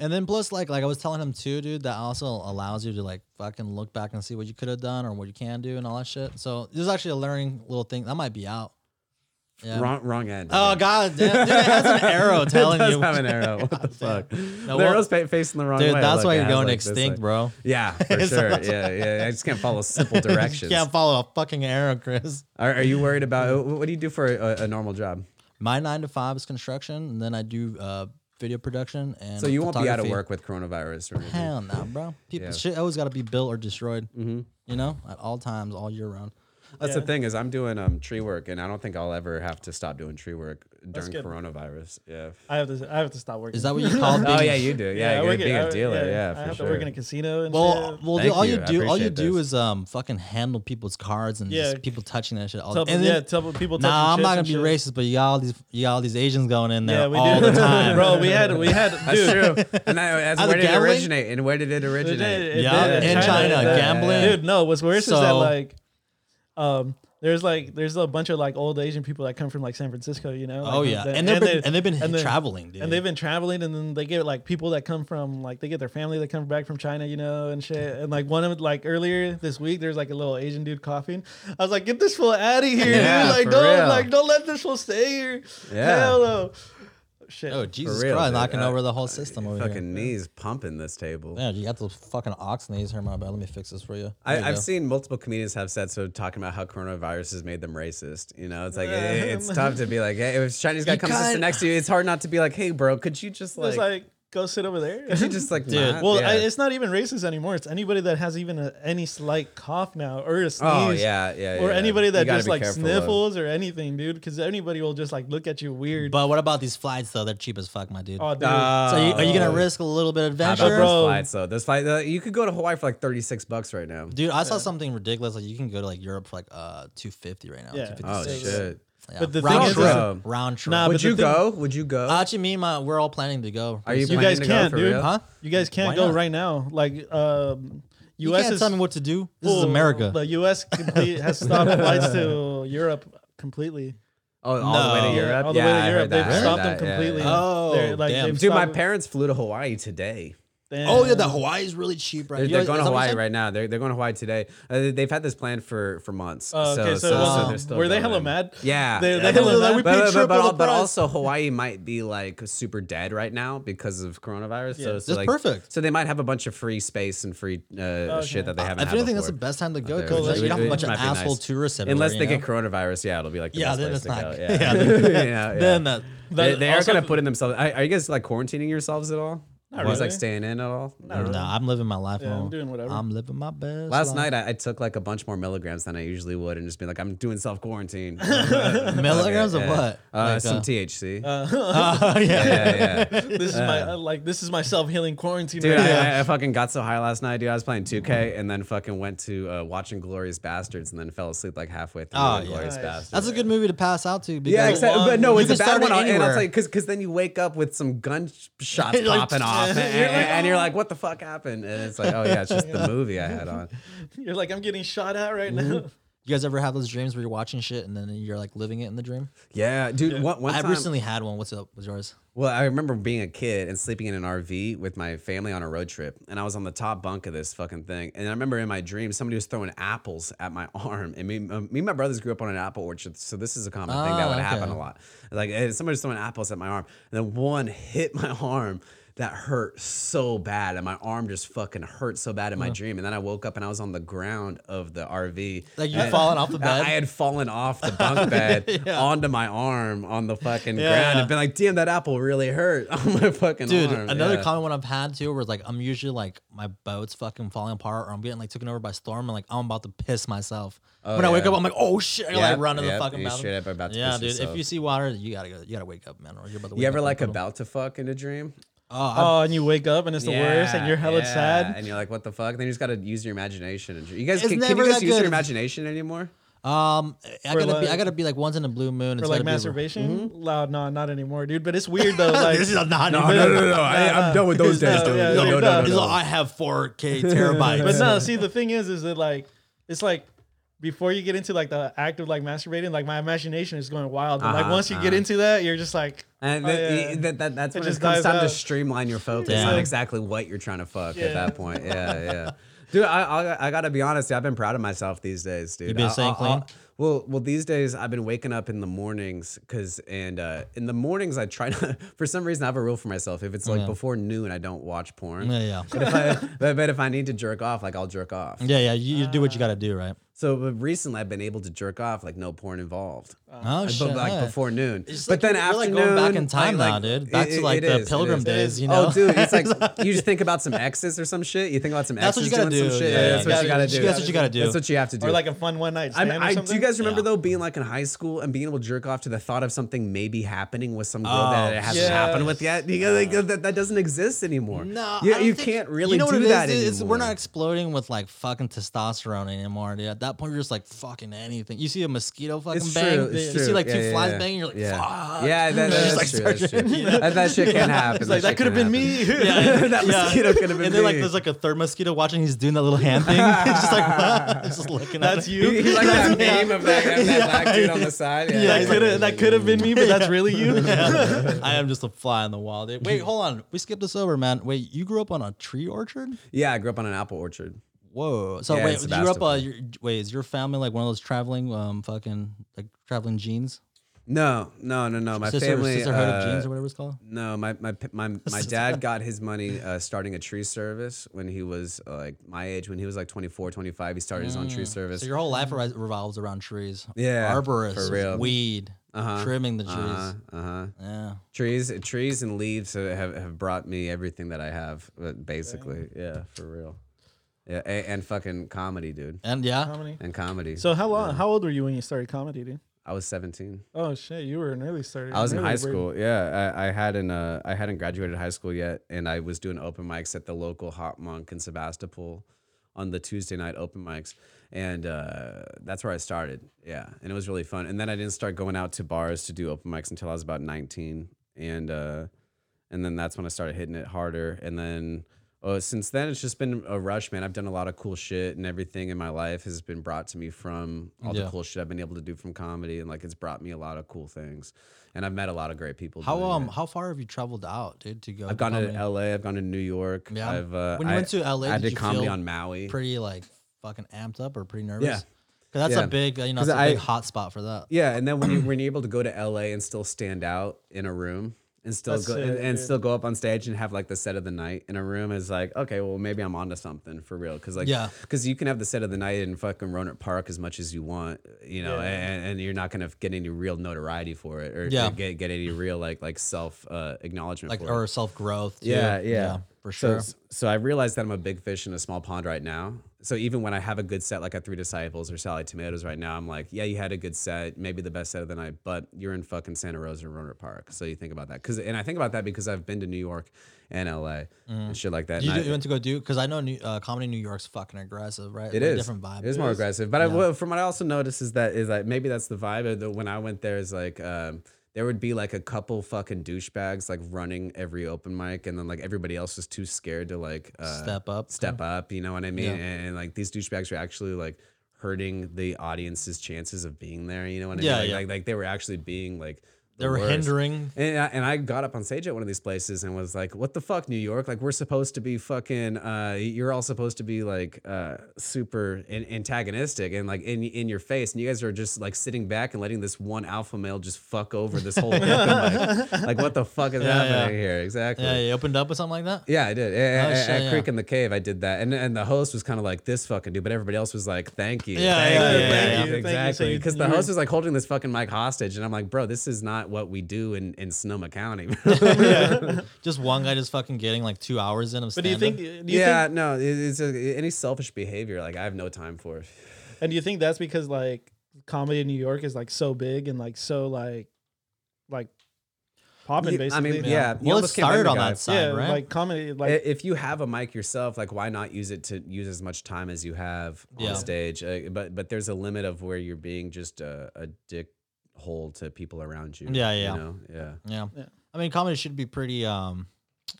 And then plus, like, like I was telling him too, dude, that also allows you to like fucking look back and see what you could have done or what you can do and all that shit. So this is actually a learning little thing that might be out. Yeah.
Wrong wrong end.
Oh god, damn, dude, it has an arrow telling
does
you.
have an arrow. What the fuck? the
well-
arrow's fa- facing the wrong
Dude,
way.
that's
Look,
why
it
you're
has,
going
like, this,
extinct,
like-
bro.
Yeah, for sure. Yeah, yeah. I just can't follow simple
You
directions.
can't follow a fucking arrow, Chris.
Are, are you worried about uh, what do you do for a, a normal job?
My nine to five is construction, and then I do uh, video production and
So you won't be out of
photography.
work with coronavirus or anything.
Hell no, bro. People
Yeah. Mm-hmm.
shit always got to be built or destroyed. You know, at all times, all year round.
That's the thing is I'm doing um tree work and I don't think I'll ever have to stop doing tree work during
good.
coronavirus. Yeah.
I have to. I have to stop working.
Is that what you call? Being
Oh yeah, you do. Yeah,
I
you're
work
being
at- I-
a dealer. Yeah,
uh, I
for
have
sure.
to work in a casino and
Well,
shit.
well, dude,
Thank
all
you.
you
I
do, all you
appreciate
do
this.
is um fucking handle people's cards and
Yeah.
just people touching that shit. All
Tell-
and
yeah, tell people.
nah,
touching
I'm not gonna
chips
be
and shit.
racist, but you got all these, you got all these Asians going in there
Yeah, we
all
do.
the time,
bro. We had we had dude.
That's true. And I, that's
Are
where
they
did it
gambling?
originate? And where did it
It
originate?
did, it
Yeah,
did.
in China, gambling.
Dude, no. What's worse is that
So-
like, um, There's like there's a bunch of like old Asian people that come from like San Francisco, you know. like,
oh yeah,
that-
and they've been,
they-
and they've been
and they-
traveling, dude.
and they've been traveling, and then they get like people that come from like they get their family that come back from China, you know, and shit. And like one of like earlier this week, there's like a little Asian dude coughing. I was like, get this fool out of here,
Yeah,
dude! Like
for
don't
real.
like don't let this fool stay here.
Yeah.
Hell no. Shit.
oh Jesus
For real,
Christ,
dude.
knocking
Uh,
over the whole system over
Fucking
here.
knees pumping this table.
Yeah, you got those fucking ox knees here, my bad. Let me fix this for you.
I,
There you
I've
go.
seen multiple comedians have said so talking about how coronavirus has made them racist. You know, it's like it- it's tough to be like, hey, if a Chinese guy
You
comes to sit
can't-
next to you, it's hard not to be like, hey, bro, could you just like,
It's like go sit over there.
could you just like,
Dude.
not?
Well, I,
Yeah.
it's not even racist anymore. It's anybody that has even a, any slight cough now or a sneeze.
oh yeah, yeah,
Or
yeah.
anybody
You
that
gotta
just
be
like
careful of-
sniffles or anything, dude, because anybody will just like look at you weird.
But what about these flights though? They're cheap as fuck, my dude.
oh, dude.
Uh,
so you, are you gonna risk a little bit of
How about
adventure,
those
bro?
flights though? Those flights, uh, you could go to Hawaii for like thirty six bucks right now.
Dude, I saw something ridiculous. Like you can go to like Europe for like uh two fifty right now.
Yeah.
Oh
256.
shit!
Yeah.
But the
round
thing is-
trip,
Bro.
round trip.
Nah, but
Would
the
you
thing-
go? Would you go?
Actually, me and my we're all planning to go.
Are you
pretty soon.
planning
guys
to
can,
go for
dude.
real?
Huh?
you guys can't
why
go
not?
right now. Like, um,
You
U.S.
can't
is
tell me what to do. This is
full-
America.
The U.S. complete has stopped flights to Europe completely.
Oh, all the way to
No.
Europe.
All the
yeah,
way to
I heard
Europe.
that,
They've
I heard
stopped
that,
them
yeah,
completely.
yeah.
Oh,
They're, like,
damn.
they've
Dude, my
stopped-
parents flew to Hawaii today.
oh yeah, the
Damn.
Hawaii is really cheap right
They're,
now.
they're
Is
going
that what you
to Hawaii
said?
right now. They're they're going to Hawaii today. Uh, they- they've had this plan for for months.
Oh, okay, so,
so, so,
um,
they're still
were they
going.
hella mad?
Yeah,
They- they
yeah.
hella
That
mad?
we
But, but,
triple
but, al-
the
but
price.
also Hawaii might be like super dead right now because of coronavirus. So,
Yeah.
so
That's
like,
perfect.
So they might have a bunch of free space and free uh, shit that they haven't.
If
had
anything, that's the
before. Oh,
best time to go
there.
because like,
It-
you don't have
it
a bunch of
might be
asshole
nice.
tourists everywhere.
Unless
you
they
know?
get coronavirus, yeah, it'll be like the
Yeah,
best
then
place
it's not.
to go.
Yeah,
Yeah,
then-
Yeah, yeah.
then uh, that.
They,
But
they are
also-
kind of putting themselves. Are, are you guys like quarantining yourselves at all? Not you guys like
really.
staying in at all? No.
Nah, I'm living my life.
Yeah, I'm
man.
doing whatever.
I'm living my best. life.
Last night I, I took like a bunch more milligrams than I usually would, and just been like, I'm doing self quarantine.
milligrams of what?
Uh,
Like,
some
uh,
THC.
Oh, yeah.
yeah, yeah.
This is my uh, like. This is my self healing quarantine.
Dude,
right now.
I, I, I fucking got so high last night, dude. I was playing
Mm-hmm.
2K and then fucking went to uh, watching Glorious Bastards and then fell asleep like halfway through
Oh, yeah.
Glorious
Nice.
Bastards.
That's a good movie to pass out to. Because
yeah, exactly. But no,
You
it's a
can start
bad one.
it
I'll- And I'll
anywhere.
tell you, because then you wake up with some gunshots
You're like, "Oh."
popping off, and,
You're like,
and you're like, "What the fuck happened?" And it's like, "Oh yeah, it's just the movie I had on."
You're like, I'm getting shot at right now.
You guys ever have those dreams where you're watching shit and then you're like living it in the dream?
Yeah, dude. One, one
I
time,
recently had one. What's up? What's yours?
Well, I remember being a kid and sleeping in an RV with my family on a road trip, and I was on the top bunk of this fucking thing. And I remember in my dream, somebody was throwing apples at my arm. And me, um, me and my brothers grew up on an apple orchard, so this is a common thing that
Ah,
would
okay.
happen a lot. Like eh, somebody was throwing apples at my arm, and then one hit my arm. That hurt so bad, and my arm just fucking hurt so bad in my dream. And then I woke up and I was on the ground of the RV.
Like you
And-
falling off the
I-
bed?
I had fallen off the bunk bed onto my arm on the fucking
Yeah.
ground and been like, damn, that apple really hurt on my fucking
Dude,
arm.
another
yeah.
common one I've had too, where it's like I'm usually like my boat's fucking falling apart, or I'm getting like taken over by storm, and like I'm about to piss myself. when I wake
yeah.
up, I'm like, oh shit, I gotta
Yep,
like run to
yep,
the fucking
you
mountain.
straight up about to
yeah,
piss
dude.
yourself.
If you see water, you gotta go, you gotta wake up, man, or you're about to. Wake
You ever
up
like
hospital.
about to fuck in a dream?
Oh, I've-
Oh, and you wake up and it's the worst, and you're hella
yeah,
sad.
And you're like, what the fuck? Then you just gotta use your imagination. And you guys
It's
can, can you
never
guys
that
use your
good.
imagination anymore?
Um, I gotta be. I
like-
gotta be like once in a blue moon.
Or
It's
like
gotta be-
masturbation?
Mm-hmm.
Loud? no, not anymore, dude. But it's weird though. Like,
This is not. No,
no, no, no, no.
I,
I'm done with those days, dude. No, no, no,
It's like, I have 4K terabytes.
but no, see, the thing is, is that like, it's like before you get into like the act of like masturbating, like my imagination is going wild. But like
Uh-huh,
once you get
uh-huh.
into that, you're just like,
And
Oh,
that-
yeah.
that- that- that's when it
just
comes
dies
time to
out.
streamline your focus
Yeah.
on exactly what you're trying to fuck at
Yeah.
that point. Yeah, yeah. Dude, I, I I gotta be honest. I've been proud of myself these days, dude.
You been
I'll-
staying
I'll-
clean?
I'll- well, well, these days I've been waking up in the mornings because, and uh, in the mornings I try to. For some reason, I have a rule for myself. If it's like before noon, I don't watch porn.
yeah, yeah,
But if I, but, but if I need to jerk off, like I'll jerk off.
yeah, yeah. You, you do what you gotta do, right?
So but recently, I've been able to jerk off like no porn involved.
Oh
But,
shit!
like
yeah.
before noon.
It's
but
like
then
you're, like,
afternoon,
going back in time now, dude. Back to, like, the pilgrim
it is.
days, you
Oh,
know?
dude, it's like you just think about some exes or some shit. You think about some
That's what
exes
you gotta
doing
do,
some shit.
yeah,
that's
yeah.
what you
You
gotta
gotta-
do.
that's what you gotta do.
That's what you have to do.
or like a fun one night
I,
stand
mean,
or
I do
something.
you guys remember
Yeah.
though being like in high school and being able to jerk off to the thought of something maybe happening with some girl that
Oh,
it hasn't
yes.
happened with yet? You gotta- like, that, that doesn't exist anymore.
No,
you,
I don't
you
think-
can't really
you know
do
what it is,
that
dude?
anymore.
It's- we're not exploding with like fucking testosterone anymore, dude. That that point, you're just like fucking anything. You see a mosquito fucking
It's
bang.
true. It's
you
true.
see like
yeah,
two
yeah,
flies
yeah.
banging. You're like,
yeah.
fuck.
Yeah, that,
Just,
that's,
like,
true,
start
that's true.
drinking.
That, that shit can happen.
It's like that
shit
could have
can
been
happen.
me.
Yeah, and-
That mosquito could have been
And then like
me.
there's like a third mosquito watching. He's doing that little hand thing. He's just like just looking.
That's
at it.
you.
He's like
That's
that
me.
meme of that, of that
Yeah.
black dude on the side. Yeah,
That
he's
could
like,
have that could have been me, but that's really you.
Yeah. I am just a fly in the wall. dude. Wait, hold on. We skipped this over, man. Wait, you grew up on a tree orchard?
yeah, I grew up on an apple orchard.
Whoa. So
Yeah,
wait, you
in
grew up? Uh,
Sebastopol.
your, wait, is your family like one of those traveling, um, fucking like traveling jeans?
No, no, no, no. My
Sister-
family.
sisterhood of jeans
uh,
or whatever it's called.
No, my my p- my my dad got his money uh, starting a tree service when he was uh, like my age, when he was like 24, 25. He started his own tree service.
Mm. So your whole life re- revolves around trees.
Yeah,
arborists,
for real.
weed,
Uh-huh.
trimming the trees.
uh huh.
Yeah.
Trees, trees, and leaves uh, have, have brought me everything that I have, uh, basically. Yeah, for real. Yeah, and, and fucking comedy, dude,
And yeah,
Comedy.
and comedy.
So how long? How old were you when you started comedy, dude?
I was seventeen.
Oh shit, you were an early starter.
I was in
Early
high
bird.
school. Yeah, I, I hadn't uh, I hadn't graduated high school yet, and I was doing open mics at the local Hot Monk in Sebastopol on the Tuesday night open mics, and uh, that's where I started. Yeah, and it was really fun. And then I didn't start going out to bars to do open mics until I was about nineteen, and uh, and then that's when I started hitting it harder. And then uh, since then, it's just been a rush, man. I've done a lot of cool shit, and everything in my life has been brought to me from all
Yeah.
the cool shit I've been able to do from comedy, and like it's brought me a lot of cool things. And I've met a lot of great people.
how
doing
um
it.
how far have you traveled out, dude? To go.
I've gone to L.A. I've gone to New York.
Yeah.
I've uh,
When you
I-
went to LA,
I
did
did
you
comedy
feel
on Maui.
pretty like fucking amped up or pretty nervous.
Yeah.
Cause that's
Yeah.
a big, you know,
'Cause
it's a
I-
big hot spot for that.
Yeah, and then when you when you're able to go to LA and still stand out in a room and still
That's
go
sick,
and, and
dude.
still go up on stage and have like the set of the night in a room is like okay, well maybe I'm onto something for real because like
Yeah.
because you can have the set of the night in fucking Roanoke Park as much as you want, you know,
Yeah.
and, and you're not gonna get any real notoriety for it or
Yeah.
get get any real like like self uh, acknowledgement
Like
for it.
or self growth.
Yeah, yeah,
for
So-
sure.
So, I realized that I'm a big fish in a small pond right now. So even when I have a good set, like at Three Disciples or Sally Tomatoes right now, I'm like, yeah, you had a good set, maybe the best set of the night, but you're in fucking Santa Rosa and Roanoke Park. So you think about that, because and I think about that because I've been to New York and LA and shit like that.
Mm-hmm. you,
and I-
do, you went to go do because I know New, uh, comedy in New York's fucking aggressive, right? Like,
it is
different vibe.
It is more aggressive. But I, well, from what I also noticed is that is that maybe that's the vibe. uh, That when I went there is like um, there would be like a couple fucking douchebags like running every open mic, and then like everybody else was too scared to like uh,
Step up.
step up. You know what I mean?
Yeah.
And, and, like these douchebags were actually like hurting the audience's chances of being there. You know what I
Yeah,
mean? Like,
yeah.
like like they were actually being like the
They were
worst.
hindering.
And I, and I got up on stage at one of these places and was like, "What the fuck, New York? Like we're supposed to be fucking. Uh, you're all supposed to be like uh, super an antagonistic and like in in your face, and you guys are just like sitting back and letting this one alpha male just fuck over this whole. open mic. like what the fuck is
Yeah, yeah.
happening here? Exactly.
Yeah, you opened up with something like that.
Yeah, I did. At,
Oh,
at-
shit,
at
yeah.
Creek in the Cave, I did that, and and the host was kind of like this fucking dude, but everybody else was like, "Thank you,
Yeah,
thank
yeah,
you,
yeah,
thank
yeah.
you,
Thank you. So
exactly."
you-
Because
you
the
were-
host was like holding this fucking mic hostage, and I'm like, "Bro, this is not what we do in in Sonoma County." yeah,
Just one guy just fucking getting like two hours in of
But do you
stand-up.
think? Do you Think,
no, it- it's a, any selfish behavior. Like I have no time for.
and do you think that's because like comedy in New York is like so big and like so like like popping
You- I
basically?
mean, yeah, you
Well, it
almost can't blame
started
the
on
guy.
that side,
yeah,
right?
like comedy,
I-
like
if you have a mic yourself, like why not use it to use as much time as you have on
Yeah.
stage? Uh, but but there's a limit of where you're being just a, a dick hole to people around you.
Yeah, yeah.
You know? Yeah.
yeah.
Yeah.
I mean, comedy should be pretty um,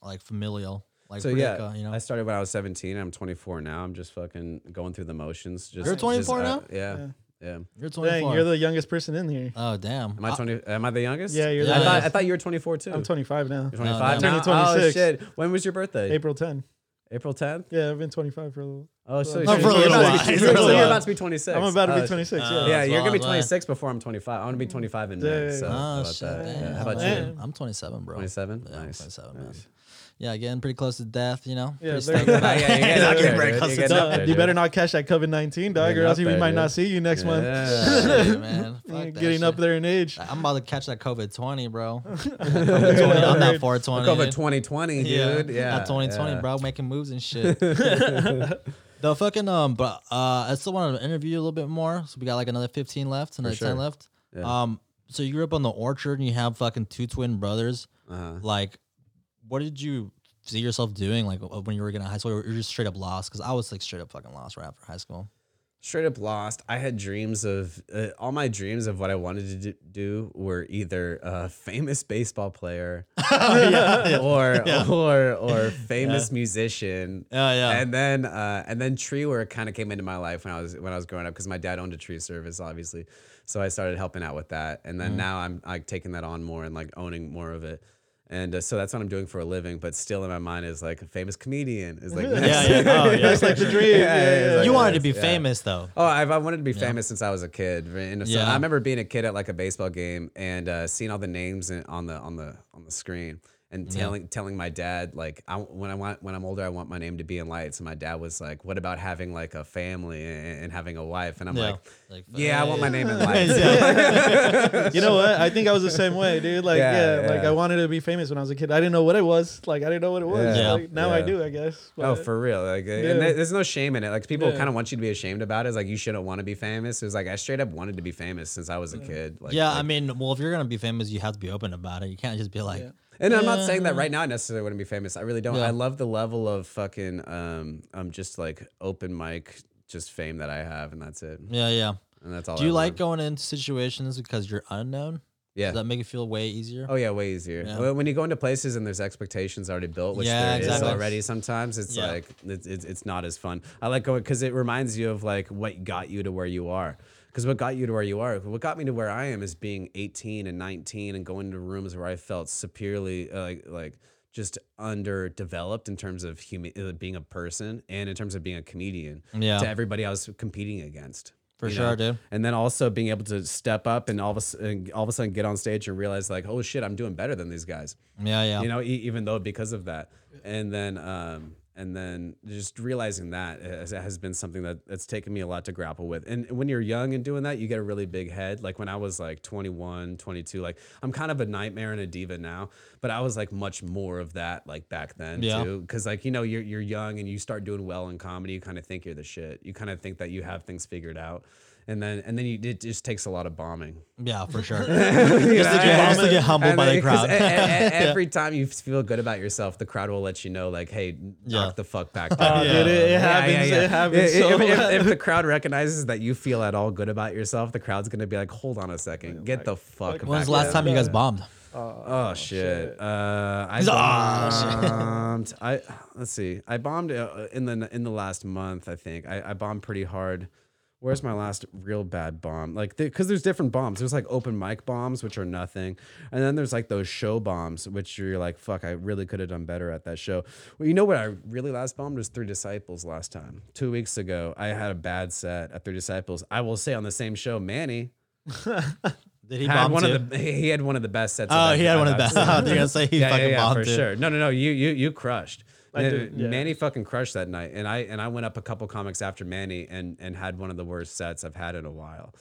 like familial. Like
so
pretty,
yeah,
uh, you know.
I started when I was 17. I'm 24 now. I'm just fucking going through the motions. Just
You're
just,
24
uh,
now?
yeah, yeah.
You're
dang,
24.
you're the youngest person in here.
oh damn.
Am I 20? Am I the youngest?
Yeah, you're
Yeah,
I
the-
thought I thought you were 24 too.
I'm 25 now.
You're 25
no.
now.
Turning
Oh
26.
shit! When was your birthday?
April 10.
April 10th.
Yeah, I've been 25 for a little.
Oh, so
Not
you're-
for a
you're
little
about to
while.
be-
It's
you're-
a
so
little
you're
while.
about to be 26.
I'm about to
Oh,
be 26.
Uh,
yeah.
yeah,
That's
you're gonna be
wild, man.
26 before I'm 25. I want to be 25 in May.
Dang.
So how
Oh
about
shit.
that? Yeah,
damn.
How about you?
Damn.
I'm 27, bro.
27.
Yeah, I'm
Nice.
27, man. Yeah, getting pretty close to death, you know.
Yeah,
Pretty
there you
stoked
go.
about it.
Yeah, yeah, yeah,
Not
yeah,
getting
yeah,
very
yeah,
close
yeah,
to
yeah,
death.
Duh,
there,
you
dude.
better not catch that COVID 19, dog,
You're
or
not
else we
there,
might
dude.
not see you next month.
Shit, man. Fuck
You're
that
Getting
shit.
up there in age.
I'm about to catch that COVID 20, bro. 20, I'm not 420.
Look over
dude.
2020,
Yeah,
dude. Yeah,
Not 2020,
yeah.
bro. Making moves and shit. the fucking um, but uh, I still want to interview you a little bit more. So we got like another 15 left, another 10
sure.
left. Um, so you grew up on the orchard and you have fucking two twin brothers.
Uh-huh.
Like, what did you see yourself doing? Like uh, when you were getting out of high school, or you're just straight up lost? Because I was like straight up fucking lost right after high school.
straight up lost. I had dreams of uh, all my dreams of what I wanted to do, do were either a famous baseball player or or or famous musician.
Yeah, yeah.
And then uh, and then tree work kind of came into my life when I was when I was growing up because my dad owned a tree service, obviously. So I started helping out with that, and
Mm.
then now I'm like taking that on more and like owning more of it. And uh, so that's what I'm doing for a living, but still in my mind is like a famous comedian is like next.
yeah. Oh, yeah.
That's like the dream.
Yeah,
yeah,
yeah,
yeah.
you wanted to be
yeah.
famous though.
Oh, I've, I wanted to be famous since I was a kid. And so
Yeah.
I remember being a kid at like a baseball game and uh, seeing all the names in, on the on the on the screen and telling telling my dad like I, when I want when I'm older I want my name to be in lights. And my dad was like, "What about having like a family and, and having a wife?" And I'm
Yeah. uh,
like, "Yeah, I want my name in lights."
You know what? I think I was the same way, dude. Like, yeah,
Yeah,
like
yeah.
I wanted to be famous when I was a kid. I didn't know what it was. Like, I didn't know what it was.
Yeah.
Like, now I
Yeah.
do, I guess.
Oh,
But-
for real. Like,
Yeah.
and there- there's no shame in it. Like, people
Yeah.
kind of want you to be ashamed about it. It's like you shouldn't want to be famous. It was like I straight up wanted to be famous since I was a kid. Like,
yeah, I
like-
mean, well, if you're gonna be famous, you have to be open about it. You can't just be like,
And I'm not saying that right now I necessarily wouldn't be famous. I really don't. I love the level of fucking um um just like open mic just fame that I have and that's it.
yeah, yeah.
And that's all
Do
I
you like
want.
going into situations because you're unknown?
Yeah.
Does that make it feel way easier?
Oh yeah, way easier.
Yeah.
Well, When you go into places and there's expectations already built, which
Yeah,
there is
exactly.
already sometimes, it's
Yeah.
like it's, it's it's not as fun. I like going because it reminds you of like what got you to where you are. Because what got you to where you are, what got me to where I am, is being 18 and 19 and going to rooms where I felt superiorly uh, like like just underdeveloped in terms of human uh, being a person and in terms of being a comedian
Yeah.
to everybody I was competing against.
For
you
sure, dude.
and then also being able to step up and all of a sudden, all of a sudden get on stage and realize like, oh shit, I'm doing better than these guys.
Yeah, yeah.
You know, e- even though because of that, and then um, and then just realizing that has, has been something that that's taken me a lot to grapple with. And when you're young and doing that, you get a really big head. Like when I was like 21, 22, like I'm kind of a nightmare and a diva now, but I was like much more of that like back then
Yeah.
too. Because like you know, you're you're young and you start doing well in comedy, you kind of think you're the shit. You kind of think that you have things figured out. And then, and then you, it just takes a lot of bombing.
yeah, for sure.
You
to
know,
get-
and-
just to get humbled
and
by
then-
the
'cause
crowd.
e- e- e- Every time you feel good about yourself, the crowd will let you know, like, "Hey,
Yeah. Oh,
knock the fuck back." down.
dude, it- it happens- it happens
If-
so
if, if-
bad.
if the crowd recognizes that you feel at all good about yourself, the crowd's gonna be like, "Hold on a second, get the fuck."
When's
back
the last
down."
time you guys bombed?
Oh, shit. Uh, I
He's like,
bombed. I let's see. I bombed uh, in the in the last month. I think I, I bombed pretty hard. Where's my last real bad bomb? Like, because there's different bombs. There's like open mic bombs, which are nothing, and then there's like those show bombs, which you're like, fuck, I really could have done better at that show. Well, you know what? I really last bombed was Three Disciples last time. Two weeks ago, I had a bad set at Three Disciples. I will say on the same show, Manny
Did he
had
bomb
one
too?
of the he had one of the best sets.
oh,
I've-
he had
I've
one of the
I've
best.
seen.
They're gonna say he
Yeah, yeah,
fucking
yeah,
bombed
for
too.
sure. No, no, no. You you you crushed.
I
Uh,
did, yeah.
Manny fucking crushed that night, and I and I went up a couple comics after Manny, and and had one of the worst sets I've had in a while,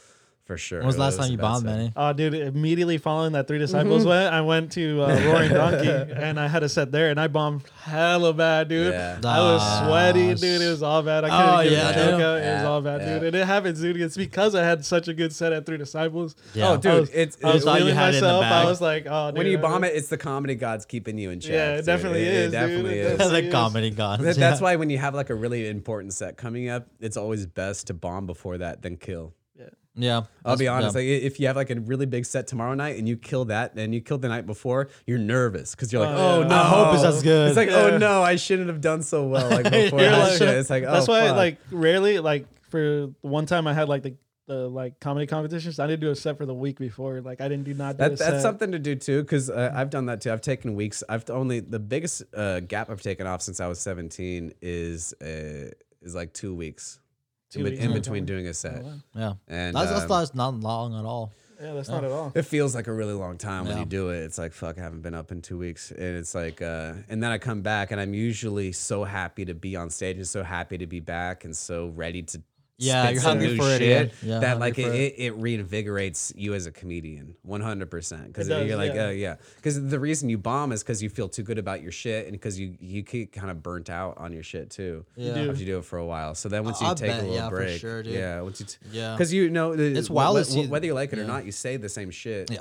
for sure.
When was the last time you
a bad
bombed,
set.
Manny?
Oh, dude! Immediately following that, Three Disciples went. I went to uh, Roaring Donkey, and I had a set there, and I bombed hella bad, dude.
Yeah.
I was sweaty,
Gosh.
dude. It was all bad. I
Oh,
couldn't get
yeah,
a joke
dude.
out. It was
Yeah,
all bad,
yeah.
dude. And it happens, dude. It's because I had such a good set at Three Disciples.
Yeah.
Oh, dude,
I was,
it's-
I was
you
thought you
feeling
had it in the
myself. I
bag.
was like, oh, dude,
When you
I
bomb
really-
it, it's the comedy gods keeping you in check.
Yeah, it
dude.
definitely
It-
is,
It
dude.
definitely
It
is.
does.
the comedy gods.
That-
yeah.
That's why when you have like a really important set coming up, it's always best to bomb before that than kill.
Yeah.
I'll be
That's-
honest. Like i- if you have like a really big set tomorrow night and you kill that and you kill the night before, you're nervous because you're
Oh,
like, oh,
yeah.
no,
I
hope it's as good.
It's like,
Yeah.
oh no, I shouldn't have done so well. Like before
You're
that
like-
shit. It's like oh,
that's why
fuck.
like rarely like for one time I had like the, the like comedy competitions. I didn't do a set for the week before. Like I didn't do not do a
That,
set.
that's something to do too, because uh, I've done that too. I've taken weeks. I've only the biggest uh, gap I've taken off since I was 17 is uh, is like two weeks,
Two
in, be-
weeks.
in
Oh,
between
okay.
doing a set.
Yeah.
And
That's, that's,
um,
not- that's not long at all.
Yeah, that's
Oh.
not at all.
It feels like a really long time when
Yeah.
you do it. It's like fuck, I haven't been up in two weeks, and it's like, uh, and then I come back, and I'm usually so happy to be on stage, and so happy to be back, and so ready to
Yeah,
spit
you're
some
hungry
new
for it
shit
again. Yeah,
that
hungry
like
for
it,
it.
it, it reinvigorates you as a comedian, 100 percent. Because
It does,
you're like,
yeah.
oh yeah, because the reason you bomb is because you feel too good about your shit, and because you you get kind of burnt out on your shit too.
Yeah.
do.
After you do it for a while, so then once
I-
you
I
take
bet,
a little
yeah, for
break,
sure, dude.
yeah, once you t-
Yeah.
because you know
It's wild to see-
whether you like it or
yeah.
not, you say the same shit.
Yeah.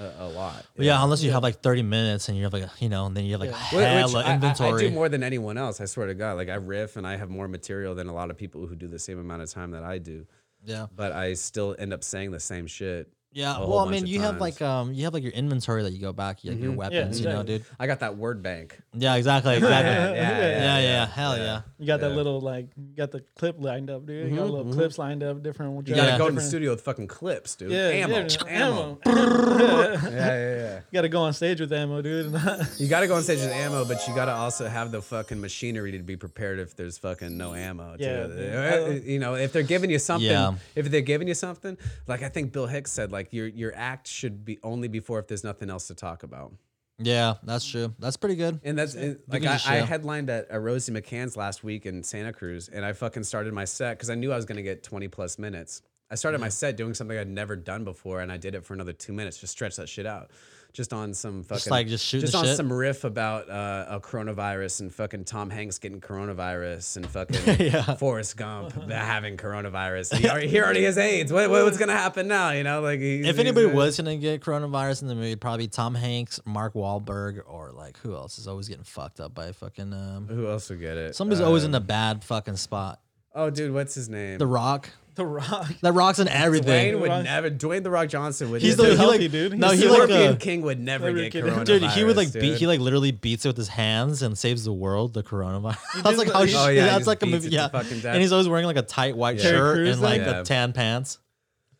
a, a lot.
But yeah, unless you have like 30 minutes and you have like, a- you know, and then you have like
Wh- which
hella
I- I-
inventory.
I, do more than anyone else. I swear to God, like I riff and I have more material than a lot of people who do the same amount of time that I do.
yeah.
But I still end up saying the same shit.
Yeah.
whole
Well, I
bunch
mean,
of
you have
times.
like,
Mm-hmm.
um, you have like your inventory that you go back, you have your weapons, you know,
exactly.
dude.
I got that word bank.
Yeah, exactly. Exactly.
Yeah,
yeah,
yeah,
yeah,
yeah,
Hell yeah.
You got that
Yeah. Mm-hmm,
little like, you got the clip lined up, dude. You got little clips lined up, different.
You gotta
Yeah.
go in
different,
the studio with fucking clips, dude.
Yeah,
ammo,
yeah,
ammo.
ammo.
yeah, yeah, yeah.
You got to go on stage with ammo, dude.
You gotta go on stage with ammo, but you gotta also have the fucking machinery to be prepared if there's fucking no ammo. too.
Yeah,
Uh, you know, if they're giving you something,
Yeah.
if they're giving you something, like I think Bill Hicks said, like your your act should be only before if there's nothing else to talk about.
Yeah, that's true. That's pretty good.
And that's and, like
it a
I, I
shot.
headlined at a Rosie McCann's last week in Santa Cruz, and I fucking started my set because I knew I was gonna get 20 plus minutes. I started my set doing something I'd never done before, and I did it for another two minutes. Just stretch that shit out, just on some fucking
like, just shooting the
on
shit?
some riff about uh, a coronavirus and fucking Tom Hanks getting coronavirus and fucking
Yeah.
Forrest Gump having coronavirus. He already, he already has AIDS. What, what- what's gonna happen now? You know, like he's,
If
he's,
anybody
uh,
was gonna get coronavirus in the movie, it'd probably be Tom Hanks, Mark Wahlberg, or like who else is always getting fucked up by fucking um
who else would get it? Uh,
somebody's always in a bad fucking spot.
Oh, dude, what's his name?
The Rock.
the Rock.
That rocks in
Dwayne
everything.
would
Rock-
never. Dwayne the Rock Johnson would.
He's
never-
the he
healthy,
like,
dude. He's
No,
the
he like
Scorpion
uh,
King would never
Never
get
get it.
coronavirus.
dude. He would like beat.
dude.
He like literally beats it with his hands and saves the world. The coronavirus. that's
just like-
like how.
Oh,
you-
yeah, he
that's
just
like a
beats
movie.
it to
Yeah,
fucking death.
and he's always wearing like a tight white
Terry
shirt
Crews
and
then?
like
Yeah.
a tan pants.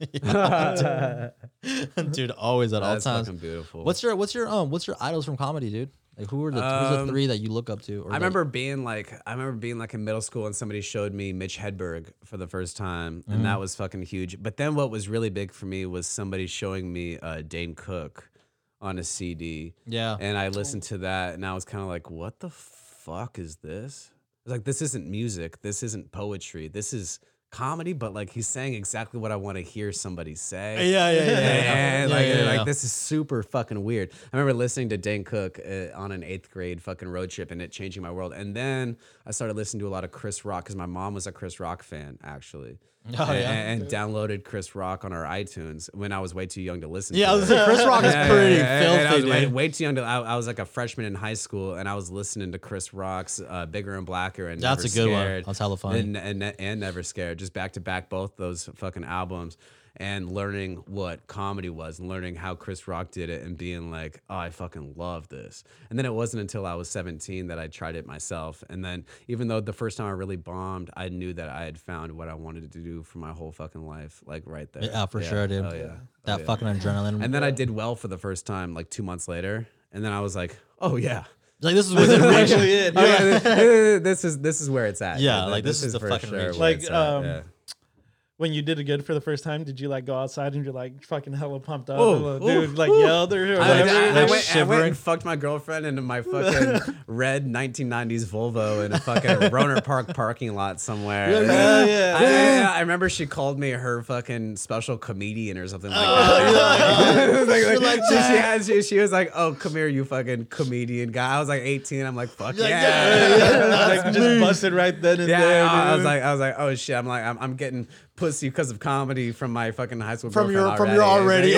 dude, always at all
That's
times.
fucking beautiful.
What's your what's your um what's your idols from comedy, dude? Like who are the, who's the three that you look up to? Or
Um, I remember being like, I remember being like in middle school and somebody showed me Mitch Hedberg for the first time, and
Mm-hmm.
that was fucking huge. But then what was really big for me was somebody showing me uh, Dane Cook on a CD.
Yeah.
And I listened to that, and I was kind of like, what the fuck is this? I was like, this isn't music. This isn't poetry. This is comedy, but like he's saying exactly what I want to hear somebody say.
yeah, yeah, yeah,
And like,
yeah,
like
yeah.
this is super fucking weird. I remember listening to Dane Cook uh, on an eighth grade fucking road trip and it changing my world. And then I started listening to a lot of Chris Rock because my mom was a Chris Rock fan actually,
Oh,
and,
yeah.
and downloaded Chris Rock on our iTunes when I was way too young to listen.
Yeah, I
to
was
it.
like, Chris Rock is
Yeah, yeah,
pretty
yeah, yeah, and I
filthy,
was way,
dude.
way too young to. I, I was like a freshman in high school, and I was listening to Chris Rock's uh, "Bigger and Blacker" and
That's
Never
a good one.
Scared
That's hella funny.
and, and and Never Scared, just back to back both those fucking albums, and learning what comedy was, and learning how Chris Rock did it, and being like, oh, I fucking love this. And then it wasn't until I was 17 that I tried it myself, and then even though the first time I really bombed, I knew that I had found what I wanted to do for my whole fucking life, like right there.
Yeah, for sure, dude.
Oh yeah.
That fucking adrenaline.
And then I did well for the first time, like two months later, and then I was like, oh yeah.
like this is within reach.
Actually, it.
Oh, yeah, this- this is this is where it's at.
Yeah, like, this is the
for
fucking reach.
where
Like,
it's at,
um,
yeah.
When you did it good for the first time, did you like go outside and you're like fucking hella pumped up,
Oh,
dude?
ooh,
like
ooh.
yelled or whatever.
I, I- I
like
went, I went
shivering.
and fucked my girlfriend into my fucking red 1990s Volvo in a fucking Roner Park parking lot somewhere. And
yeah,
then-
yeah,
I, yeah, I remember she called me her fucking special comedian or something like that. Like, like, she, she had, she, she was like, "Oh, come here, you fucking comedian guy." I was like 18. I'm like, "Fuck yeah!"
yeah, yeah. like just busted right then and
Yeah,
there.
I, I was
dude.
like, I was like, oh shit, I'm like, I'm, I'm getting pussy because of comedy from my fucking high school.
From your-
girlfriend
from your already-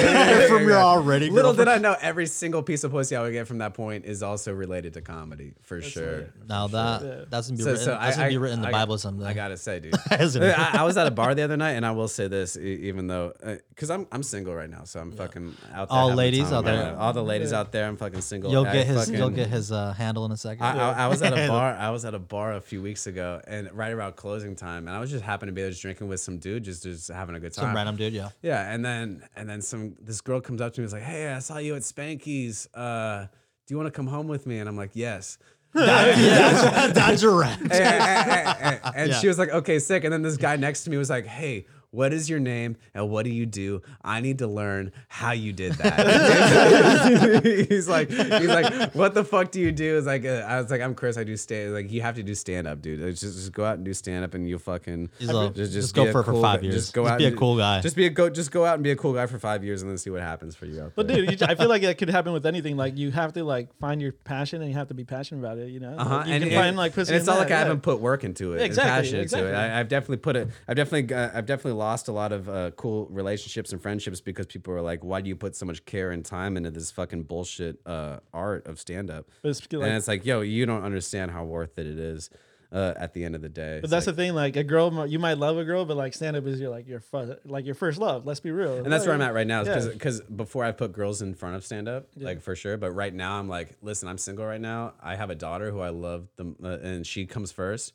from your already
Little did I
girlfriend.
know, every single piece of pussy I would get from that point is also related to comedy for sure.
Now that that's gonna be
So,
written.
so I,
that's gonna
I-
be written in the
I-
Bible someday.
I gotta say, dude.
That's gonna be-
I, I was at a bar the other night, and I will say this, e- even though, because I'm I'm single right now, so I'm fucking out there.
All
having the
ladies
time
out
of my
there.
life. all the ladies out there, I'm fucking single.
You'll
I
get his. You'll
fucking-
get his uh, handle in a second.
I, I, I was at a bar. I was at a bar a few weeks ago, and right around closing time, and I was just happened to be there, just drinking with some dude, just just having a good time.
Some random dude. Yeah.
Yeah, and then and then some. This girl comes up to me, and is like, "Hey, I saw you at Spanky's. Uh, do you want to come home with me?" And I'm like, "Yes."
yeah. Dodge a rat.
and, and- and- and
Yeah.
she was like, "Okay, sick." And then this guy next to me was like, "Hey." What is your name and what do you do? I need to learn how you did that. he's like, he's like, what the fuck do you do? It's like, uh, I was like, I'm Chris. I do stand. Like, you have to do stand up, dude. It's just, just go out and do stand up, and you fucking
He's like, just
be
go
a
for it for
cool
five
guy-
years.
Just go
Just
out
be a
and-
cool guy.
Just be a go. Just go out and be a cool guy for five years, and then see what happens for you. Out
But
there.
dude, you, I feel like that could happen with anything. Like you have to like find your passion and you have to be passionate about it. You know,
Uh-huh.
Like, you
and,
can
and-
find like pussy.
and it's
in
not
that,
like I
yeah.
haven't put work into it. and
Exactly,
passion into
exactly.
it. I, I've definitely put it. I've definitely. Uh, I've definitely lost a lot of uh, cool relationships and friendships because people were like, "Why do you put so much care and time into this fucking bullshit uh, art of stand up?"
But it's like-
and it's like, "Yo, you don't understand how worth it it is." Uh, at the end of the day,
But that's the thing, like a girl, mi- you might love a girl, but like stand up is your like your fu- like your first love. Let's be real.
and that's where I'm at right now.
Yeah.
Because before I put girls in front of stand up, like for sure. But right now I'm like, listen, I'm single right now. I have a daughter who I love, the, uh, and she comes first.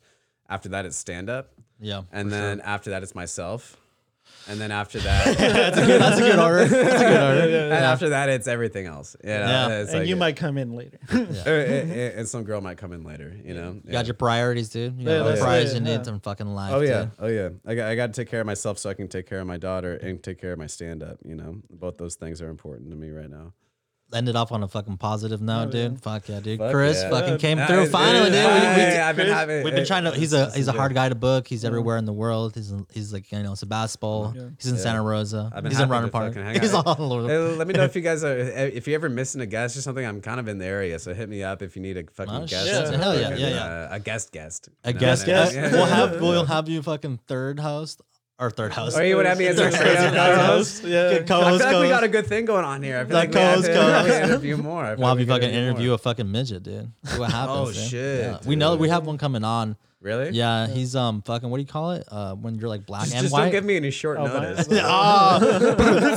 After that, it's stand up,
Yeah.
and then after that, it's myself, and then after that,
That's a good, that's a good order. That's a good order.
and after that, it's everything else. You know?
Yeah.
It's
And
like-
you might come in later.
uh, uh, uh, and some girl might come in later. You know,
You
Yeah.
got your priorities, dude. You got
that's
your priorities
it,
in
yeah.
it and fucking life.
Oh yeah,
dude.
oh yeah. I got, I got to take care of myself so I can take care of my daughter and take care of my stand up. You know, both those things are important to me right now.
Ended off on a fucking positive note, dude. Fuck yeah, dude.
Fuck
Chris
Oh, yeah.
fucking
Yeah.
came through finally, dude. We- we-
Hey,
I've been
Chris,
having-
We've been
it-
trying to. He's a he's a hard guy to book. He's everywhere in the world. He's in, he's like you know Sebastopol. He's in Santa Rosa.
I've been
He's in
happy to
Runner Park.
fucking hang
He's
out.
all over.
Hey,
the-
Uh, let me know if you guys are if you're ever missing a guest or something. I'm kind of in the area, so hit me up if you need a fucking
Oh,
guest.
shit.
or
Hell yeah,
fucking,
yeah, yeah.
uh, a guest guest.
A
You know
guest,
what I mean?
guest.
Yeah,
We'll
yeah,
have
yeah.
we'll have you fucking third host or third host.
Or you would have me as a straight up co-host.
Yeah.
Good
I feel
co-host,
like we
co-host.
got a good thing going on here. I feel
Like
like, man,
co-host,
I feel like we
co-host.
interview more. I feel
We'll have
like
you
we gotta
fucking
do more.
interview a fucking midget, dude. See what happens?
Oh,
dude.
shit,
Yeah. We know we
dude.
have one coming on.
Really?
Yeah, he's um fucking what do you call it? Uh, when you're like black
Just,
and
just
white.
don't give me any short
Oh, mine
notice.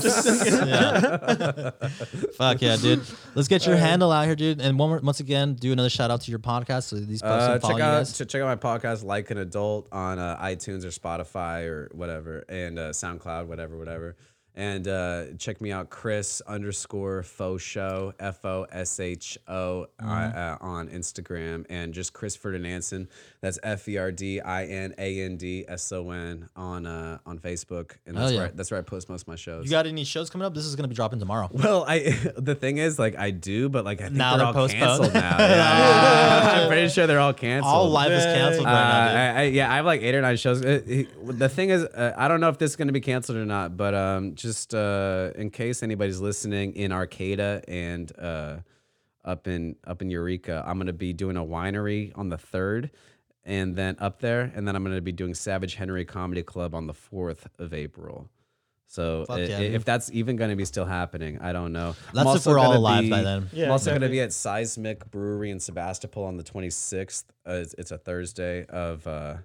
is-
Fuck yeah, dude. Let's get your handle out here, dude. And one more, once again, do another shout out to your podcast so these folks
Uh,
can follow
check
you
out
guys.
ch- check out my podcast, like an adult, on uh, iTunes or Spotify or whatever, and uh, SoundCloud, whatever, whatever. And uh, check me out, Chris underscore Fo Show F O S H O
Mm-hmm.
uh, on Instagram, and just Chris Ferdinandson. That's F E R D I N A N D S O N on uh, on Facebook, and that's
Hell yeah.
where I, that's where I post most of my shows.
You got any shows coming up? This is gonna be dropping tomorrow.
Well, I the thing is, like, I do, but like, I think
Now
they're
they're
all
postponed.
canceled now. Yeah. I'm pretty sure they're all canceled.
All live is canceled right now, dude.
Uh, I, I, yeah, I have like eight or nine shows. Uh, he- the thing is, uh, I don't know if this is going to be canceled or not, but um, just uh, in case anybody's listening in Arcata and uh, up in up in Eureka, I'm going to be doing a winery on the third, and then up there, and then I'm going to be doing Savage Henry Comedy Club on the fourth of April. So
Fuck
i-
yeah,
i-
dude.
if that's even going to be still happening, I don't know. I'm
That's if
also
we're all
gonna
alive by then.
Yeah,
I'm also going to
exactly.
be at Seismic Brewery in Sebastopol on the 26th. Uh, it's, it's a Thursday of uh,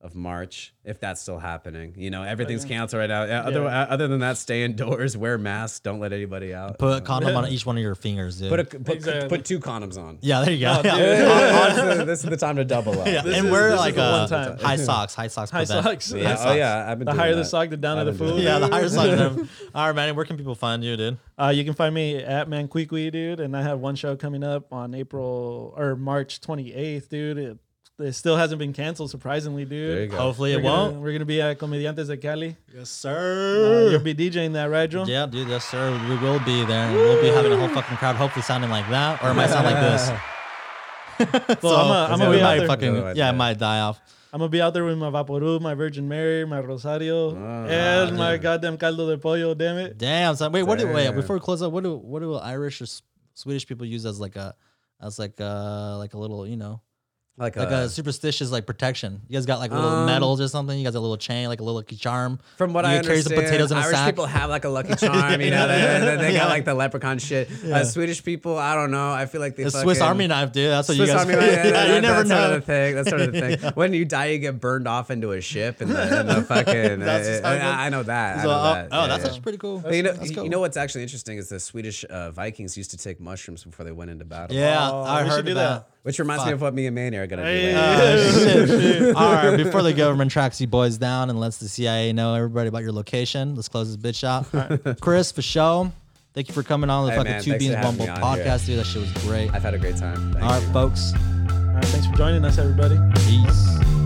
of March, if that's still happening. You know, everything's canceled right now. Uh, Other, uh, other than that, stay indoors, wear masks, don't let anybody out.
Put a condom on each one of your fingers, dude.
Put a, put,
Exactly.
put two condoms on.
yeah, there you go. Yeah.
Honestly, this is the time to double up.
Yeah,
This
and
is-
we're
this is
like
a
uh,
one-time.
high socks, high socks,
High
prevent.
socks.
yeah,
High
oh
socks.
yeah, I've been
The
doing
higher the
that.
sock, the downer the
I've been
fool.
doing
Yeah, the higher socks. than- All right, man. Where can people find you, dude?
Uh, you can find me at Manquiqui, dude, and I have one show coming up on April or March 28th, dude. It, it still hasn't been canceled, surprisingly, dude.
There you go.
Hopefully,
We're
it
gonna-
won't.
We're gonna be at Comediantes de Cali.
Yes,
Uh,
sir.
you'll be DJing that, right, Joel?
yeah, dude. Yes, sir. We will be there. We'll be having a whole fucking crowd. Hopefully, sounding like that, or it might sound like this.
Well, I'm a- I'm
so
a
we
way out
might
there.
fucking
Yeah,
yeah, it
yeah.
might die off.
I'm gonna be out there with my Vaporub, my Virgin Mary, my Rosario, and my goddamn caldo de pollo. Damn it!
Damn. So wait, what do wait
Damn.
before we close up? What do what do Irish or S- Swedish people use as like a as like uh like a little you know
Like
like
a-
a superstitious like protection? You guys got like little
Uh. Um,
medals or something? You guys got a little chain like a little lucky charm?
From what
you
I
carry
understand,
some potatoes in a
Irish
sack.
people have like a lucky charm, you know. They, they, they got like the leprechaun shit. Uh, Swedish people, I don't know. I feel like they
The
fucking,
Swiss Army knife, dude. That's what
Swiss
you guys.
Army, knife, yeah,
yeah,
that-
you never
that's Sort
know.
of the thing. That's sort of the thing. When you die, you get burned off into a ship, and the, and the fucking.
That's just
uh,
how it
uh, I know that. I
So,
know
oh,
that.
oh,
Yeah,
that's
yeah.
actually pretty cool.
But you know,
That's
you- you know what's actually interesting is the Swedish uh, Vikings used to take mushrooms before they went into battle.
Yeah,
Oh,
I
we should
heard
do
about.
which reminds me of what me and Manny are gonna do.
Hey.
later.
Uh. Shit. All right, before the government tracks you boys down and lets the CIA know everybody about your location, let's close this bitch out. Chris, for show, thank you for coming on the
Hey,
fucking
man,
Two
thanks
Beans
for having
Bumble
me on here.
podcast, dude. That shit was great.
I've had a great time. Thank
All
you.
right, folks.
All right, thanks for joining us, everybody.
Peace.